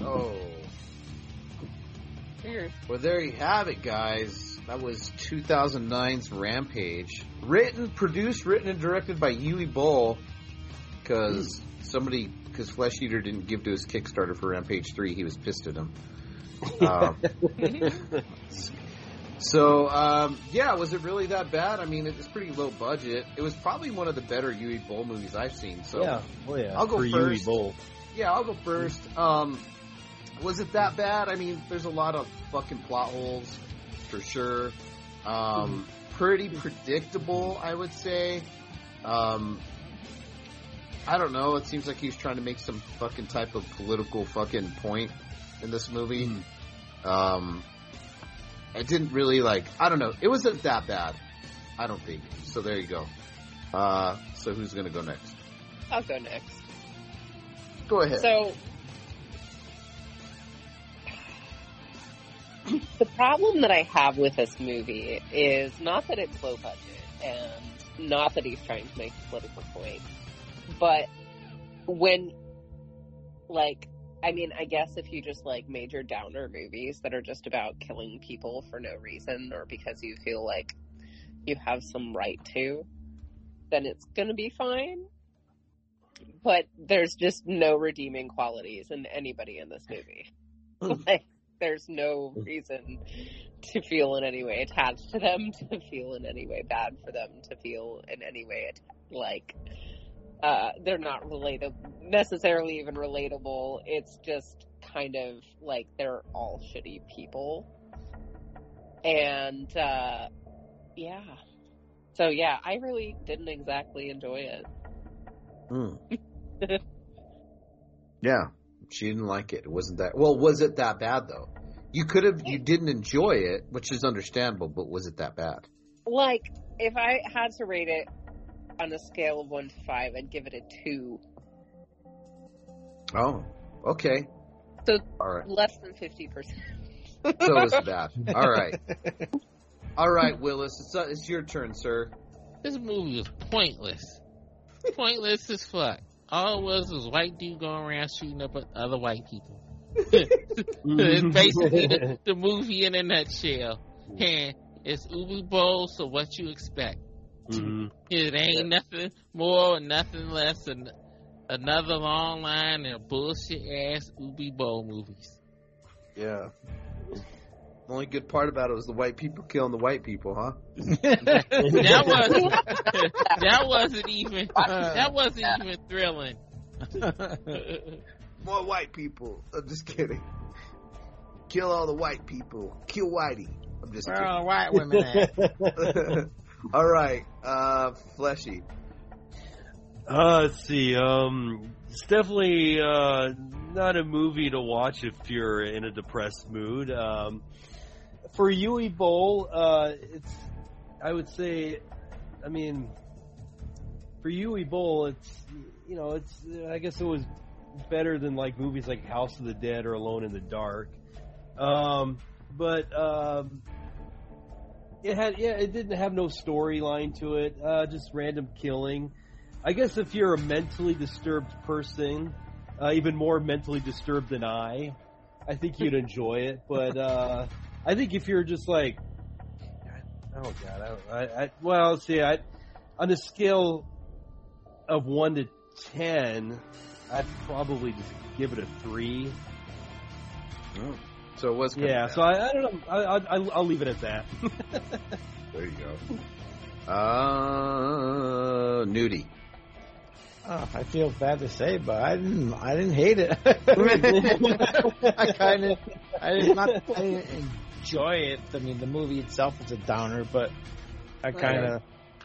Speaker 8: Oh. Well, there you have it, guys. That was 2009's Rampage. Written, produced, written, and directed by Yui Bull. Because somebody, because Flesh Eater didn't give to his Kickstarter for Rampage 3, he was pissed at him. Um, so, um, yeah, was it really that bad? I mean, it's pretty low budget. It was probably one of the better Yui Bull movies I've seen. So,
Speaker 16: yeah. Oh yeah.
Speaker 8: I'll go
Speaker 16: For Yui
Speaker 8: first.
Speaker 16: Bull.
Speaker 8: yeah, I'll go first. Um, was it that bad? I mean, there's a lot of fucking plot holes for sure. Um, pretty predictable, I would say. Um, I don't know. It seems like he was trying to make some fucking type of political fucking point in this movie. Um, it didn't really like. I don't know. It wasn't that bad. I don't think. So there you go. Uh, so who's gonna go next?
Speaker 10: I'll go next.
Speaker 8: Go ahead.
Speaker 10: So the problem that I have with this movie is not that it's low budget and not that he's trying to make a political point, but when, like, I mean, I guess if you just like major downer movies that are just about killing people for no reason or because you feel like you have some right to, then it's gonna be fine. But there's just no redeeming qualities in anybody in this movie. like, there's no reason to feel in any way attached to them, to feel in any way bad for them, to feel in any way atta- like uh, they're not relatable, necessarily even relatable. It's just kind of like they're all shitty people. And uh, yeah. So yeah, I really didn't exactly enjoy
Speaker 8: Mm.
Speaker 10: it.
Speaker 8: Yeah, she didn't like it. It wasn't that. Well, was it that bad though? You could have. You didn't enjoy it, which is understandable. But was it that bad?
Speaker 10: like, if I had to rate it on a scale of one to five, I'd give it a two.
Speaker 8: Oh, okay.
Speaker 10: So
Speaker 8: All right.
Speaker 10: less than fifty percent.
Speaker 8: So it was bad. All right. All right, Willis. It's uh, it's your turn, sir.
Speaker 13: This movie was pointless. pointless as fuck. All it was was white dude going around shooting up at other white people. it's basically the, the movie in a nutshell. And it's Ubu Bowl, so what you expect.
Speaker 9: Mm-hmm.
Speaker 13: It ain't nothing more or nothing less than another long line and bullshit ass Ubi Bowl movies.
Speaker 8: Yeah. The only good part about it was the white people killing the white people, huh?
Speaker 13: That wasn't that wasn't even that wasn't even thrilling.
Speaker 8: More white people. I'm just kidding. Kill all the white people. Kill Whitey. I'm just
Speaker 13: Where
Speaker 8: kidding.
Speaker 13: all white women
Speaker 8: at? all right, uh, fleshy.
Speaker 9: Uh, let's see. Um, it's definitely uh, not a movie to watch if you're in a depressed mood. Um, for Yui Bowl, uh, it's I would say, I mean, for Yui Bowl, it's you know, it's I guess it was better than like movies like House of the Dead or Alone in the Dark. Um, but um, it had yeah, it didn't have no storyline to it. Uh, just random killing. I guess if you're a mentally disturbed person, uh, even more mentally disturbed than I, I think you'd enjoy it. But uh, I think if you're just like, oh god, I, don't- I, I well, let's see, I, on a scale of one to ten, I'd probably just give it a three.
Speaker 8: So it was. kinda
Speaker 9: Yeah,
Speaker 8: bad.
Speaker 9: so I, I don't know. I, I, I'll- I'll leave it at that.
Speaker 8: There you go. Uh, nudie.
Speaker 2: Oh, I feel bad to say, but I didn't. I didn't hate it. I kind of. I did not. I didn't enjoy it. I mean, the movie itself is a downer, but I kind of,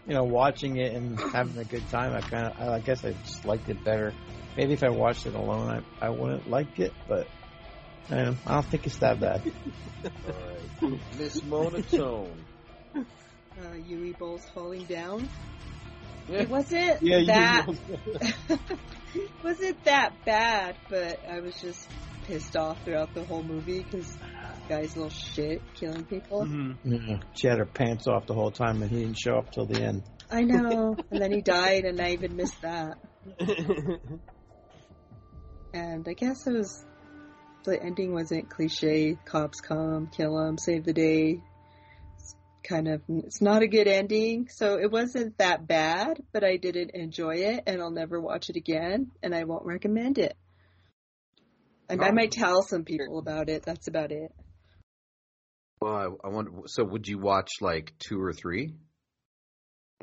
Speaker 2: you know, watching it and having a good time. I kind of. I guess I just liked it better. Maybe if I watched it alone, I, I wouldn't like it, but I don't, know. I don't think it's that bad.
Speaker 8: All right. Miss Monotone.
Speaker 11: Uh, Yui Bowl's falling down.
Speaker 8: Yeah.
Speaker 11: It wasn't
Speaker 8: Yeah, Yui
Speaker 11: that. it wasn't that bad, but I was just pissed off throughout the whole movie because guy's a little shit killing people.
Speaker 2: Yeah. She had her pants off the whole time, and he didn't show up till the end.
Speaker 11: I know. and then he died, and I even missed that. and I guess it was the ending wasn't cliche. Cops come, kill them, save the day. It's kind of it's not a good ending, so it wasn't that bad. But I didn't enjoy it, and I'll never watch it again, and I won't recommend it. And I
Speaker 8: Oh.
Speaker 11: might tell some people about it. That's about it.
Speaker 8: Well, I, I wonder. So, would you watch like two or three?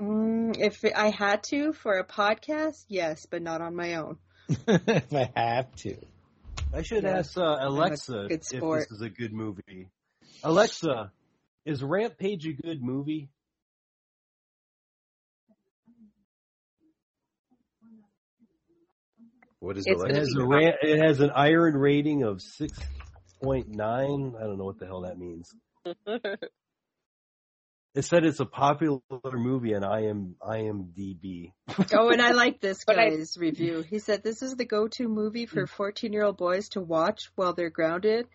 Speaker 11: Mm, if I had to for a podcast, yes, but not on my own.
Speaker 2: if I have to.
Speaker 9: I should
Speaker 11: Yeah.
Speaker 9: ask uh, Alexa
Speaker 11: good
Speaker 9: if
Speaker 11: sport.
Speaker 9: this is a good movie. Alexa, is Rampage a good movie?
Speaker 8: What is
Speaker 9: it?
Speaker 8: It's
Speaker 9: It has, a
Speaker 8: gonna be-
Speaker 9: ra- it has an iron rating of six point nine. I don't know what the hell that means. It said it's a popular movie on IM IMDb.
Speaker 11: Oh, and I Mm. like this
Speaker 10: But I-
Speaker 11: guy's review. He said this is the go-to movie for 14-year-old boys to watch while they're grounded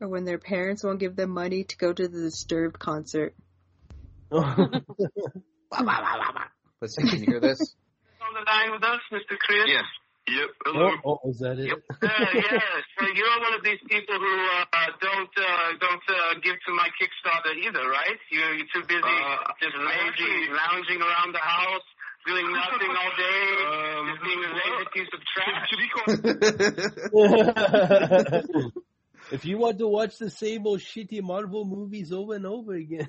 Speaker 11: or when their parents won't give them money to go to the Disturbed concert.
Speaker 9: Oh,
Speaker 8: Let's see, can you hear this?
Speaker 1: On the line with us, Mr. Chris?
Speaker 4: Yes. Yep.
Speaker 16: Oh, oh, is that it?
Speaker 1: Uh, yes. So you're one of these people who uh, uh, don't uh, don't uh, give to my Kickstarter either, right? You're, you're too busy just lazy, lounging around the house, doing nothing all day, just being a lazy piece of trash.
Speaker 16: if you want to watch the same old shitty Marvel movies over and over again.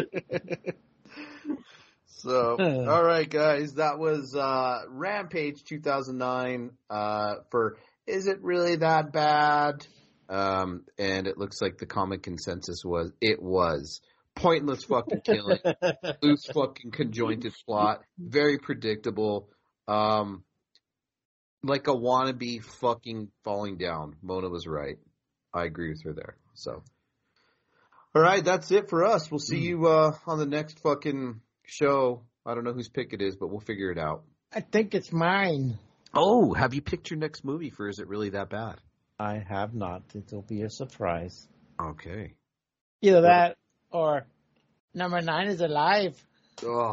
Speaker 8: So, all right, guys, that was uh, Rampage 2009 uh, for "Is It Really That Bad?" Um, and it looks like the common consensus was it was pointless fucking killing, loose fucking conjointed plot, very predictable, um, like a wannabe fucking falling down. Mona was right. I agree with her there. So, all right, that's it for us. We'll see you uh, on the next fucking show. I don't know whose pick it is, but we'll figure it out.
Speaker 9: I think it's mine.
Speaker 8: Oh, have you picked your next movie for Is It Really That Bad?
Speaker 9: I have not. It'll be a surprise.
Speaker 8: Okay.
Speaker 9: Either that or number nine is alive.
Speaker 8: Oh,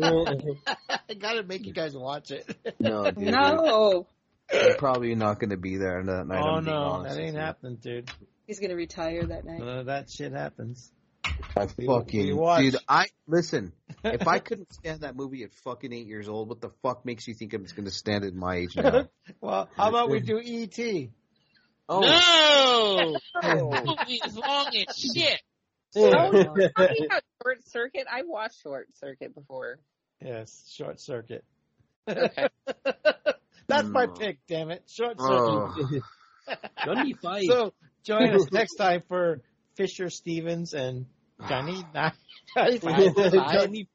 Speaker 9: I gotta make you guys watch it.
Speaker 8: no, dude.
Speaker 11: No,
Speaker 8: You're probably not going to be there that night.
Speaker 9: oh
Speaker 8: I'm being
Speaker 9: no,
Speaker 8: honest
Speaker 9: that
Speaker 8: with
Speaker 9: ain't
Speaker 8: you.
Speaker 9: happening, dude.
Speaker 11: he's gonna retire that night.
Speaker 9: None of that shit happens.
Speaker 8: I fucking
Speaker 9: watch.
Speaker 8: dude. I listen. If I couldn't stand that movie at fucking eight years old, what the fuck makes you think I'm just going to stand it at my age now?
Speaker 9: Well, how about we do E E.T.?
Speaker 13: No! That movie is long as shit.
Speaker 10: Oh, talking about short circuit, I watched short circuit before.
Speaker 9: Yes, Short Circuit.
Speaker 10: Okay.
Speaker 9: That's my
Speaker 8: Mm.
Speaker 9: pick, damn it. Short
Speaker 8: Oh.
Speaker 9: Circuit.
Speaker 16: Johnny Five.
Speaker 9: So join us next time for Fisher Stevens and Johnny Nine. Johnny Five.
Speaker 16: Johnny-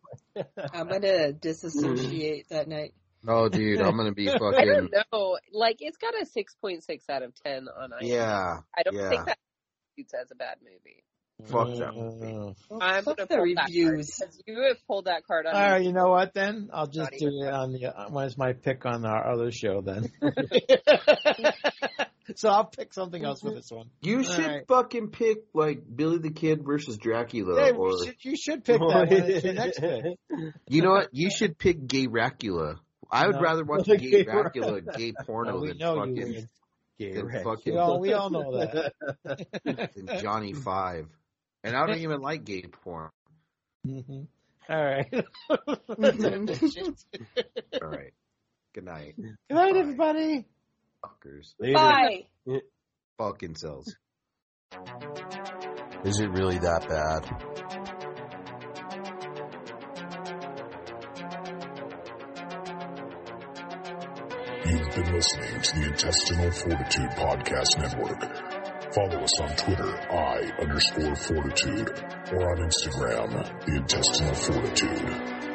Speaker 11: I'm gonna disassociate that night.
Speaker 8: oh, dude, I'm going to be
Speaker 10: I don't
Speaker 8: fucking
Speaker 10: know. Like it's got a six point six out of ten on IMDb.
Speaker 8: yeah.
Speaker 10: I don't
Speaker 8: yeah.
Speaker 10: think that it's as a bad movie.
Speaker 8: Fuck that movie.
Speaker 11: Well,
Speaker 10: I'm
Speaker 11: fuck
Speaker 10: gonna
Speaker 11: the
Speaker 10: pull
Speaker 11: reviews.
Speaker 10: that card because you have pulled that card on
Speaker 9: All
Speaker 10: me.
Speaker 9: right, you know what? Then I'll just do it on the. When it's my pick on our other show, then. so I'll pick something else for this one.
Speaker 8: You should
Speaker 9: right.
Speaker 8: fucking pick like Billy the Kid versus Dracula,
Speaker 9: Hey,
Speaker 8: or
Speaker 9: we should, you should pick that one. It's your next pick.
Speaker 8: you know what? You should pick Gay Dracula. I would
Speaker 9: No.
Speaker 8: rather watch
Speaker 9: Gay
Speaker 8: Gay Dracula,
Speaker 9: Dracula.
Speaker 8: gay porno
Speaker 9: No, we
Speaker 8: than
Speaker 9: know you
Speaker 8: fucking
Speaker 9: would.
Speaker 16: Gay
Speaker 8: than
Speaker 16: wreck.
Speaker 8: fucking
Speaker 9: We all, we all know that.
Speaker 8: than Johnny Five. And I don't even like gay porn.
Speaker 9: hmm All right.
Speaker 8: All right. Good night,
Speaker 9: Good night, everybody.
Speaker 8: fuckers.
Speaker 16: Bye.
Speaker 8: Fucking cells.
Speaker 7: Is it really that bad?
Speaker 24: You've been listening to the Intestinal Fortitude Podcast Network. Follow us on Twitter, I underscore fortitude, or on Instagram, the Intestinal Fortitude.